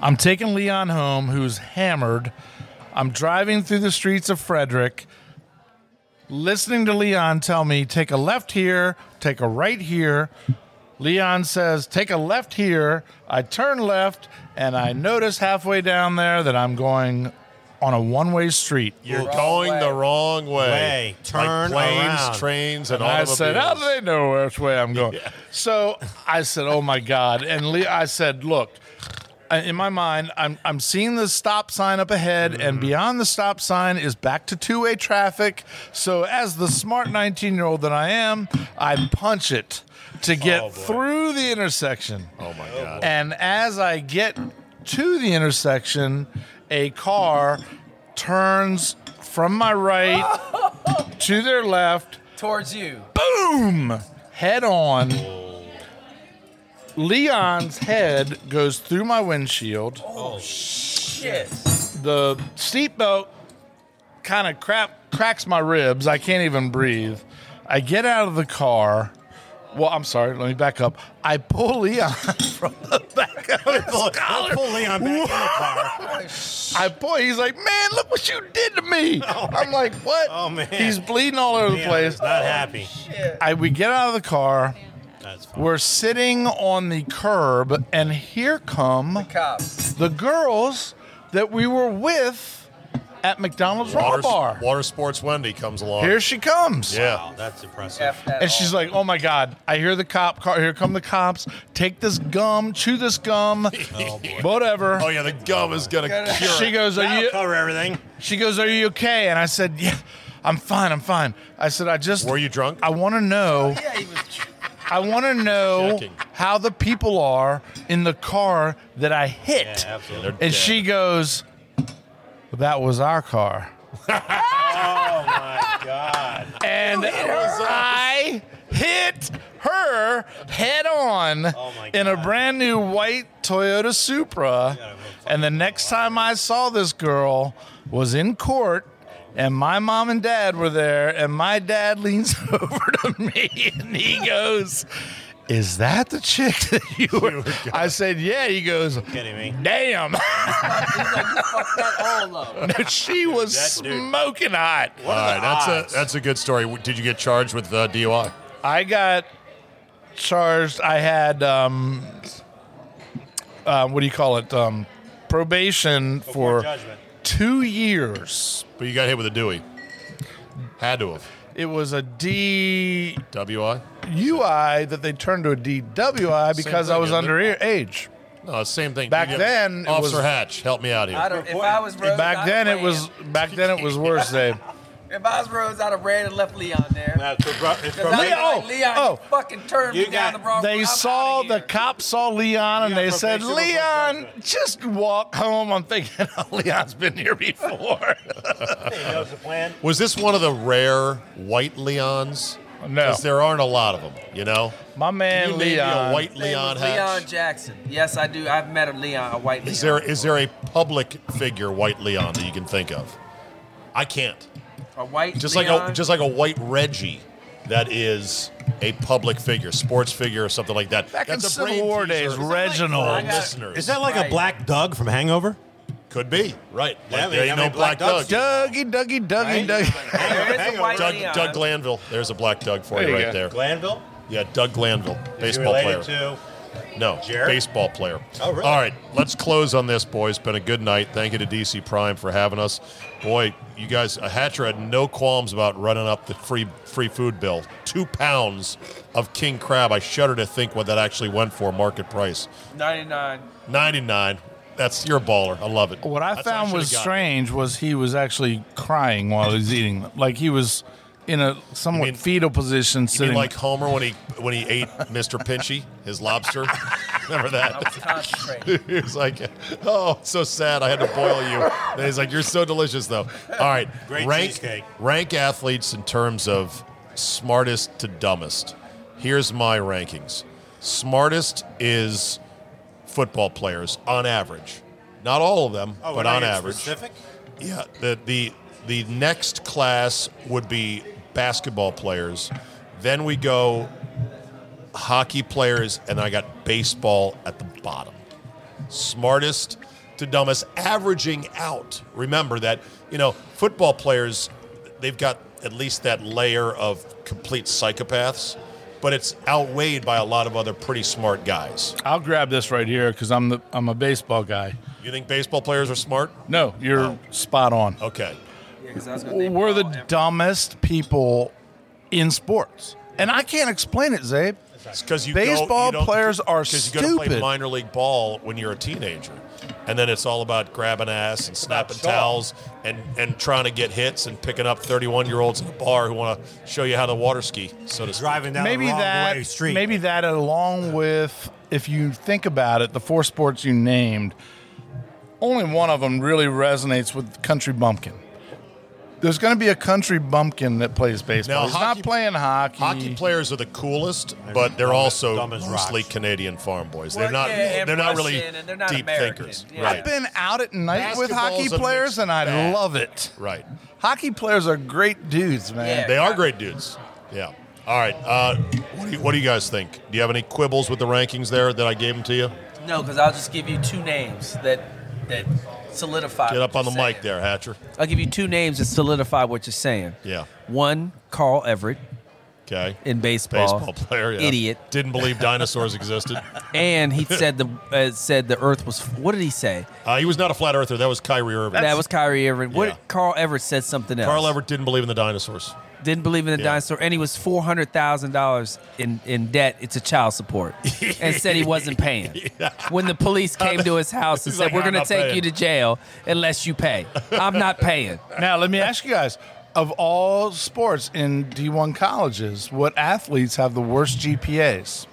Speaker 2: I'm taking Leon home, who's hammered. I'm driving through the streets of Frederick, listening to Leon tell me, Take a left here, take a right here. Leon says, Take a left here. I turn left, and I notice halfway down there that I'm going on a one way street.
Speaker 6: You're going the wrong way.
Speaker 3: Way. Turn
Speaker 6: like planes,
Speaker 3: around.
Speaker 6: trains, and,
Speaker 2: And I
Speaker 6: automobiles.
Speaker 2: said, "How do they know which way I'm going?" So I said, "Oh my god!" And Lee, I said, "Look, I- in my mind, I'm I'm seeing the stop sign up ahead, and
Speaker 6: Mm-hmm.
Speaker 2: beyond the stop sign is back to two way traffic. So as the smart 19 year old that I am, I punch it to get through the intersection.
Speaker 6: Oh my god!
Speaker 2: And as I get to the intersection, a car turns from my right to their left."
Speaker 4: towards you.
Speaker 2: boom, head on. Leon's head goes through my windshield.
Speaker 3: Oh,
Speaker 4: Shit.
Speaker 2: The seatbelt kind of crap cracks my ribs. I can't even breathe. I get out of the car. Well, I'm sorry. Let me back up. I pull Leon from the back of his
Speaker 3: Pull,
Speaker 2: collar.
Speaker 3: pull Leon back in the car.
Speaker 2: I pull. He's like, man, look what you did to me. I'm like, what?
Speaker 3: Oh, man.
Speaker 2: He's bleeding all over the
Speaker 3: Leon
Speaker 2: place.
Speaker 3: is not happy.
Speaker 2: I we get out of the car.
Speaker 3: That's fine.
Speaker 2: We're sitting on the curb, and here come
Speaker 4: Cops.
Speaker 2: the girls that we were with at McDonald's Raw
Speaker 6: Water,
Speaker 2: Bar.
Speaker 6: Water Sports Wendy comes along.
Speaker 2: Here she comes.
Speaker 6: yeah.
Speaker 3: Wow, that's impressive.
Speaker 4: F that
Speaker 2: And she's like, "Oh my God! I hear the cop car. Here come the cops. Take this gum. Chew this gum. Whatever."
Speaker 6: Oh yeah, the gum is gonna cure.
Speaker 2: She
Speaker 6: it.
Speaker 2: goes, "Are
Speaker 3: That'll
Speaker 2: you?"
Speaker 3: cover everything.
Speaker 2: She goes, "Are you okay?" And I said, "Yeah, I'm fine. I'm fine." I said, "I just
Speaker 6: Were you drunk?
Speaker 2: I want to know.
Speaker 4: all. Oh, Yeah, he was
Speaker 2: I want to know
Speaker 6: Checking.
Speaker 2: how the people are in the car that I hit."
Speaker 3: Absolutely.
Speaker 2: And she goes, That was our car. oh my God. And I hit her head on
Speaker 3: my
Speaker 2: in a
Speaker 3: God.
Speaker 2: brand new white Toyota Supra. And the next time I saw this girl was in court. And my mom and dad were there, and my dad leans over to me and he goes, Is that the chick that you were? I said, Yeah. He goes,
Speaker 3: Kidding
Speaker 2: eh?
Speaker 3: me?
Speaker 2: Damn.
Speaker 4: that all up.
Speaker 2: she was
Speaker 3: That dude-
Speaker 2: smoking hot.
Speaker 1: All right, that's
Speaker 3: odds?
Speaker 1: a that's a good story. W- Did you get charged with uh, DUI?
Speaker 2: I got charged. I had um, uh, what do you call it? Um, probation for
Speaker 3: judgment.
Speaker 2: two years.
Speaker 1: But you got hit with a Dewey. Had to have
Speaker 2: It was a DUI
Speaker 1: WI.
Speaker 2: that they turned to a DWI because
Speaker 1: thing,
Speaker 2: I was
Speaker 1: isn't it?
Speaker 2: under e-, age.
Speaker 1: No, it's the Uh, same thing.
Speaker 2: Back
Speaker 1: You get-
Speaker 2: then, it
Speaker 1: Officer
Speaker 2: was-
Speaker 1: Hatch, help me out here.
Speaker 4: I don't, if I was Rhodes,
Speaker 2: back
Speaker 4: I'd
Speaker 2: then, it
Speaker 4: ran.
Speaker 2: was back then it was worse. They
Speaker 4: If I was Rhodes, I'd have ran and left Leon there.
Speaker 3: That's a bro- it's
Speaker 4: 'Cause
Speaker 3: bro-
Speaker 4: I'd be
Speaker 2: Leon-
Speaker 4: like, Leon
Speaker 2: oh.
Speaker 4: fucking turned me
Speaker 3: You got-
Speaker 4: down the wrong way.
Speaker 2: they
Speaker 4: I'm
Speaker 2: saw
Speaker 4: outta
Speaker 2: the
Speaker 4: here.
Speaker 2: cops saw Leon and
Speaker 3: You got
Speaker 2: they said,
Speaker 3: probation before
Speaker 2: Leon,
Speaker 3: judgment."
Speaker 2: just walk home. I'm thinking "Oh, Leon's been here before.
Speaker 3: He knows the plan.
Speaker 1: Was this one of the rare white Leons?
Speaker 2: no,
Speaker 1: Because there aren't a lot of them, you know.
Speaker 2: my
Speaker 1: Can
Speaker 2: man
Speaker 1: you name me
Speaker 2: Leon.
Speaker 1: a white
Speaker 4: His name
Speaker 1: Leon
Speaker 4: was
Speaker 1: Hatch.
Speaker 4: Leon Jackson. Yes, I do. I've met a Leon, a white Leon.
Speaker 1: Is there is there a public figure white Leon that you can think of? I can't.
Speaker 4: a white
Speaker 1: Just
Speaker 4: Leon?
Speaker 1: like a just like a white Reggie, that is a public figure, sports figure, or something like that.
Speaker 2: Back in
Speaker 1: That's a
Speaker 2: Civil
Speaker 1: brain
Speaker 2: War
Speaker 1: teaser
Speaker 2: days,
Speaker 1: for
Speaker 2: Reginald.
Speaker 1: listeners.
Speaker 3: Is that like
Speaker 4: Right.
Speaker 3: a black Doug from Hangover?
Speaker 1: could be right?
Speaker 3: Yeah,
Speaker 1: Like,
Speaker 3: they
Speaker 1: there ain't
Speaker 3: got
Speaker 1: no
Speaker 3: me
Speaker 1: black
Speaker 3: black
Speaker 1: Doug.
Speaker 3: ducks.
Speaker 2: Dougie, Dougie, Dougie, Dougie.
Speaker 4: There is a white
Speaker 1: Doug,
Speaker 4: Leon.
Speaker 1: Doug Glanville. There's a black Doug for you,
Speaker 2: There you
Speaker 1: right
Speaker 2: go.
Speaker 1: there.
Speaker 3: Glanville?
Speaker 1: Yeah, Doug Glanville, baseball player.
Speaker 3: related to
Speaker 1: No,
Speaker 3: Jared?
Speaker 1: baseball player.
Speaker 3: Oh, really?
Speaker 1: All right, let's close on this, boys. Been a good night. Thank you to DC Prime for having us. Boy, you guys, uh, Hatcher had no qualms about running up the free free food bill. Two pounds of king crab. I shudder to think what that actually went for market price.
Speaker 4: 99.
Speaker 1: Ninety nine. That's you're a baller. I love it.
Speaker 2: What I
Speaker 1: That's
Speaker 2: found
Speaker 1: what I
Speaker 2: was
Speaker 1: should've gotten.
Speaker 2: strange was he was actually crying while he was eating them. Like he was in a somewhat
Speaker 1: mean-
Speaker 2: fetal
Speaker 1: You
Speaker 2: position,
Speaker 1: mean
Speaker 2: sitting
Speaker 1: like Homer when he when he ate Mr. Pinchy, his lobster? Remember
Speaker 4: I was
Speaker 1: that?
Speaker 4: concentrating.
Speaker 1: he was like, "Oh, it's so sad. I had to boil you." Then he's like, "You're so delicious, though." All right,
Speaker 3: Great
Speaker 1: rank
Speaker 3: cheesecake.
Speaker 1: rank athletes in terms of smartest to dumbest. Here's my rankings. Smartest is football players on average, not all of them,
Speaker 3: Oh, we're
Speaker 1: but
Speaker 3: not
Speaker 1: on
Speaker 3: getting
Speaker 1: average.
Speaker 3: Specific?
Speaker 1: Yeah, the the the next class would be basketball players. Then we go hockey players, and I got baseball at the bottom. Smartest to dumbest, averaging out. Remember that you know football players, they've got at least that layer of complete psychopaths, but it's outweighed by a lot of other pretty smart guys.
Speaker 2: I'll grab this right here because I'm the I'm a baseball guy.
Speaker 1: You think baseball players are smart?
Speaker 2: No, you're spot on.
Speaker 1: Okay.
Speaker 4: Yeah, 'cause I was gonna name
Speaker 2: We're the
Speaker 4: all them.
Speaker 2: dumbest people in sports, and I can't explain it, Zabe.
Speaker 1: It's because you go,
Speaker 2: Baseball
Speaker 1: you don't-
Speaker 2: players are
Speaker 1: 'cause you go to play
Speaker 2: stupid.
Speaker 1: minor league ball when you're a teenager, and then it's all about grabbing ass and snapping
Speaker 3: about show-off.
Speaker 1: towels and and trying to get hits and picking up 31 year olds in a bar who want to show you how to water ski. So to speak.
Speaker 3: Driving down
Speaker 2: maybe
Speaker 3: the wrong
Speaker 2: that
Speaker 3: way street.
Speaker 2: maybe that along with if you think about it the four sports you named only one of them really resonates with country bumpkin there's going to be a country bumpkin that plays baseball
Speaker 1: Now,
Speaker 2: he's
Speaker 1: hockey-
Speaker 2: not playing hockey,
Speaker 1: Hockey players are the coolest, but they're
Speaker 3: dumb as-
Speaker 1: also
Speaker 3: dumb as
Speaker 1: mostly
Speaker 3: rocks.
Speaker 1: Canadian farm boys.
Speaker 4: Well,
Speaker 1: they're not.
Speaker 4: yeah, and
Speaker 1: they're not really
Speaker 4: Russian, and they're not
Speaker 1: deep
Speaker 4: American,
Speaker 1: thinkers.
Speaker 4: yeah.
Speaker 1: Right.
Speaker 2: i've been out at night with hockey
Speaker 1: Basketball's a
Speaker 2: players
Speaker 1: mixed
Speaker 2: and i
Speaker 1: bag.
Speaker 2: love it
Speaker 1: Right.
Speaker 2: hockey players are great dudes man
Speaker 4: Yeah.
Speaker 1: They are great dudes. Yeah. All right. Uh, what, do you, what do you guys think? Do you have any quibbles with the rankings there that I gave them to you?
Speaker 4: No, because I'll just give you two names that that solidify.
Speaker 1: Get
Speaker 4: what
Speaker 1: up on the
Speaker 4: you're
Speaker 1: mic
Speaker 4: saying.
Speaker 1: there, Hatcher.
Speaker 4: I'll give you two names that solidify what you're saying.
Speaker 1: Yeah.
Speaker 4: One, Carl Everett
Speaker 1: Okay.
Speaker 4: in baseball.
Speaker 1: Baseball player. Yeah.
Speaker 4: Idiot.
Speaker 1: Didn't believe dinosaurs existed.
Speaker 4: And he said the uh, said the Earth was. What did he say?
Speaker 1: Uh, he was not a flat earther. That was Kyrie Irving.
Speaker 4: that was Kyrie Everett.
Speaker 1: Yeah.
Speaker 4: What Carl Everett said something else.
Speaker 1: Carl Everett didn't believe in the dinosaurs.
Speaker 4: didn't believe in the
Speaker 1: Yeah.
Speaker 4: dinosaur, and he was four hundred thousand dollars in in debt. It's a child support, and said he wasn't paying. When the police came to his house and
Speaker 1: He's
Speaker 4: said,
Speaker 1: like,
Speaker 4: "We're
Speaker 1: "I'm
Speaker 4: going to
Speaker 1: not
Speaker 4: take
Speaker 1: paying."
Speaker 4: you to jail unless you pay," I'm not paying.
Speaker 2: Now, let me ask you guys of all sports in D1 colleges, what athletes have the worst GPAs?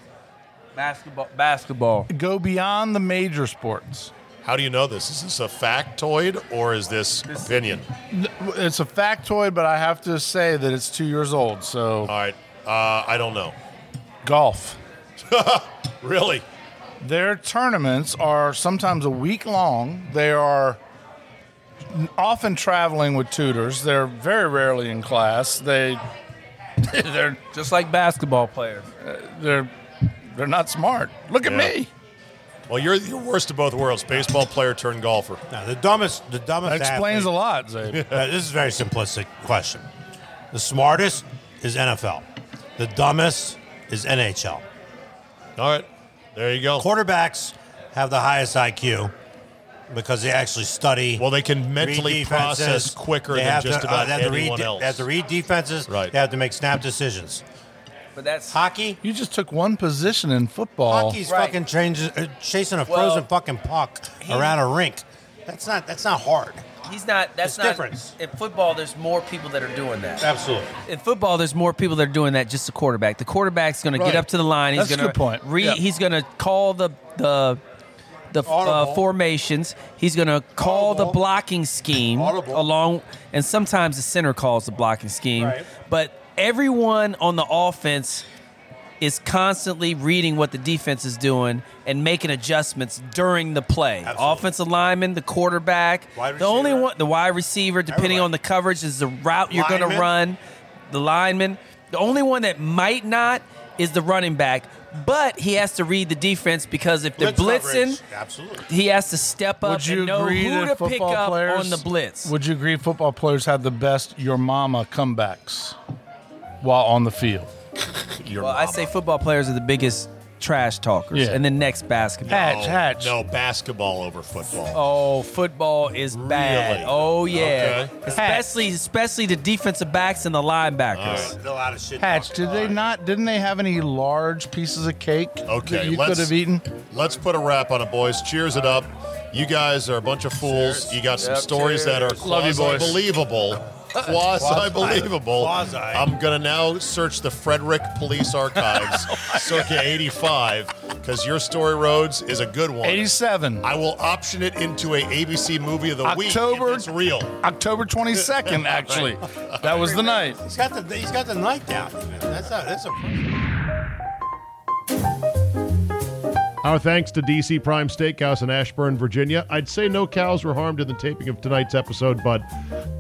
Speaker 4: Basketball, basketball.
Speaker 2: Go beyond the major sports.
Speaker 1: How do you know this? Is this a factoid or is this opinion?
Speaker 2: N- It's a factoid, but I have to say that it's two years old. So,
Speaker 1: All right. Uh, I don't know.
Speaker 2: golf.
Speaker 1: Really?
Speaker 2: Their tournaments are sometimes a week long. They are often traveling with tutors. They're very rarely in class. They they're
Speaker 4: Just like basketball players.
Speaker 2: they're they're not smart. Look at me.
Speaker 6: Well, you're you're worst of both worlds. Baseball player turned golfer.
Speaker 3: Now, the dumbest, the dumbest.
Speaker 2: That explains
Speaker 3: athlete-
Speaker 2: a lot, Zabe.
Speaker 3: Uh, this is a very simplistic question. The smartest is NFL. The dumbest is NHL.
Speaker 6: All right, there you go.
Speaker 3: Quarterbacks have the highest IQ because they actually study.
Speaker 6: Well, they can mentally
Speaker 3: read defenses.
Speaker 6: process quicker
Speaker 3: They
Speaker 6: than
Speaker 3: have
Speaker 6: just
Speaker 3: to, uh,
Speaker 6: about
Speaker 3: they have to read
Speaker 6: anyone
Speaker 3: de-
Speaker 6: else.
Speaker 3: They have to read defenses.
Speaker 6: Right.
Speaker 3: They have to make snap decisions.
Speaker 4: But that's
Speaker 3: Hockey.
Speaker 2: You just took one position in football.
Speaker 3: Hockey's
Speaker 4: Right.
Speaker 3: fucking changes, uh, chasing a
Speaker 4: Well,
Speaker 3: frozen fucking puck around a rink. That's not. That's not hard.
Speaker 4: he's not.
Speaker 3: It's
Speaker 4: That's not.
Speaker 3: difference.
Speaker 4: In football, there's more people that are doing that.
Speaker 3: Absolutely.
Speaker 4: In football, there's more people that are doing that. Just the quarterback. The quarterback's going to
Speaker 2: Right.
Speaker 4: get up to the line. He's
Speaker 2: That's a
Speaker 4: gonna
Speaker 2: good point.
Speaker 4: Re,
Speaker 2: Yeah.
Speaker 4: He's going to call the the the uh,
Speaker 3: Audible.
Speaker 4: formations. He's going to call the
Speaker 3: Audible.
Speaker 4: blocking scheme
Speaker 3: Audible.
Speaker 4: along, and sometimes the center calls the blocking scheme.
Speaker 3: Right.
Speaker 4: But everyone on the offense is constantly reading what the defense is doing and making adjustments during the play.
Speaker 3: Absolutely.
Speaker 4: Offensive lineman, the quarterback,
Speaker 3: Wide
Speaker 4: the only
Speaker 3: receiver.
Speaker 4: one, the wide receiver, depending
Speaker 3: Everybody.
Speaker 4: on the coverage, is the route you're going to
Speaker 3: Lineman.
Speaker 4: run. The lineman, the only one that might not is the running back, but he has to read the defense because if they're blitzing,
Speaker 3: coverage. Absolutely.
Speaker 4: he has to step up
Speaker 2: Would you
Speaker 4: and know
Speaker 2: agree
Speaker 4: who
Speaker 2: that
Speaker 4: to
Speaker 2: football
Speaker 4: pick up
Speaker 2: players
Speaker 4: on the blitz.
Speaker 2: Would you agree football players have the best your mama comebacks while on the field?
Speaker 4: well, I say football players are the biggest trash talkers,
Speaker 2: Yeah.
Speaker 4: and then next basketball.
Speaker 2: Hatch, hatch.
Speaker 6: Oh, No basketball over football.
Speaker 4: Oh, football is bad. Oh yeah,
Speaker 6: Okay.
Speaker 4: especially especially the defensive backs and the linebackers.
Speaker 3: There's a lot of shit.
Speaker 2: Hatch,
Speaker 3: talked.
Speaker 2: did they not? Didn't they have any large pieces of cake that
Speaker 6: Okay,
Speaker 2: you could
Speaker 6: let's-
Speaker 2: have eaten?
Speaker 6: Let's put a wrap on it, boys. Cheers it up. You guys are a bunch of fools. You got some stories that are
Speaker 2: Love you, boys.
Speaker 6: quasi believable. Quasi believable.
Speaker 3: Quasi.
Speaker 6: I'm going to now search the Frederick Police Archives
Speaker 3: Oh
Speaker 6: circa 85 because your story, Rhodes, is a good one.
Speaker 2: 87.
Speaker 6: I will option it into a ABC movie of the week.
Speaker 2: October-
Speaker 6: if It's real.
Speaker 2: October 22nd, actually. That was the night.
Speaker 3: He's got the. He's got the night down. man. That's not. That's a.
Speaker 1: Our thanks to DC Prime Steakhouse in Ashburn, Virginia. I'd say no cows were harmed in the taping of tonight's episode, but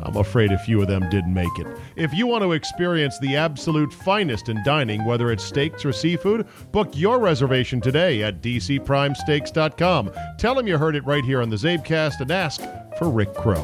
Speaker 1: I'm afraid a few of them didn't make it. If you want to experience the absolute finest in dining, whether it's steaks or seafood, book your reservation today at dcprimesteaks.com. Tell them you heard it right here on the Zabecast and ask for Rick Crow.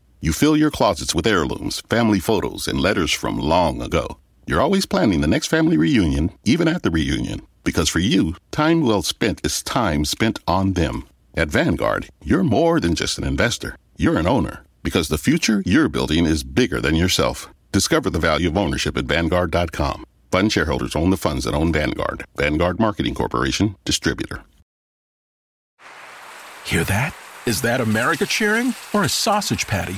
Speaker 9: You fill your closets with heirlooms, family photos, and letters from long ago. You're always planning the next family reunion, even at the reunion, because for you, time well spent is time spent on them. At Vanguard, you're more than just an investor, you're an owner, because the future you're building is bigger than yourself. Discover the value of ownership at Vanguard.com. Fund shareholders own the funds that own Vanguard. Vanguard Marketing Corporation, distributor.
Speaker 8: Hear that? Is that America cheering or a sausage patty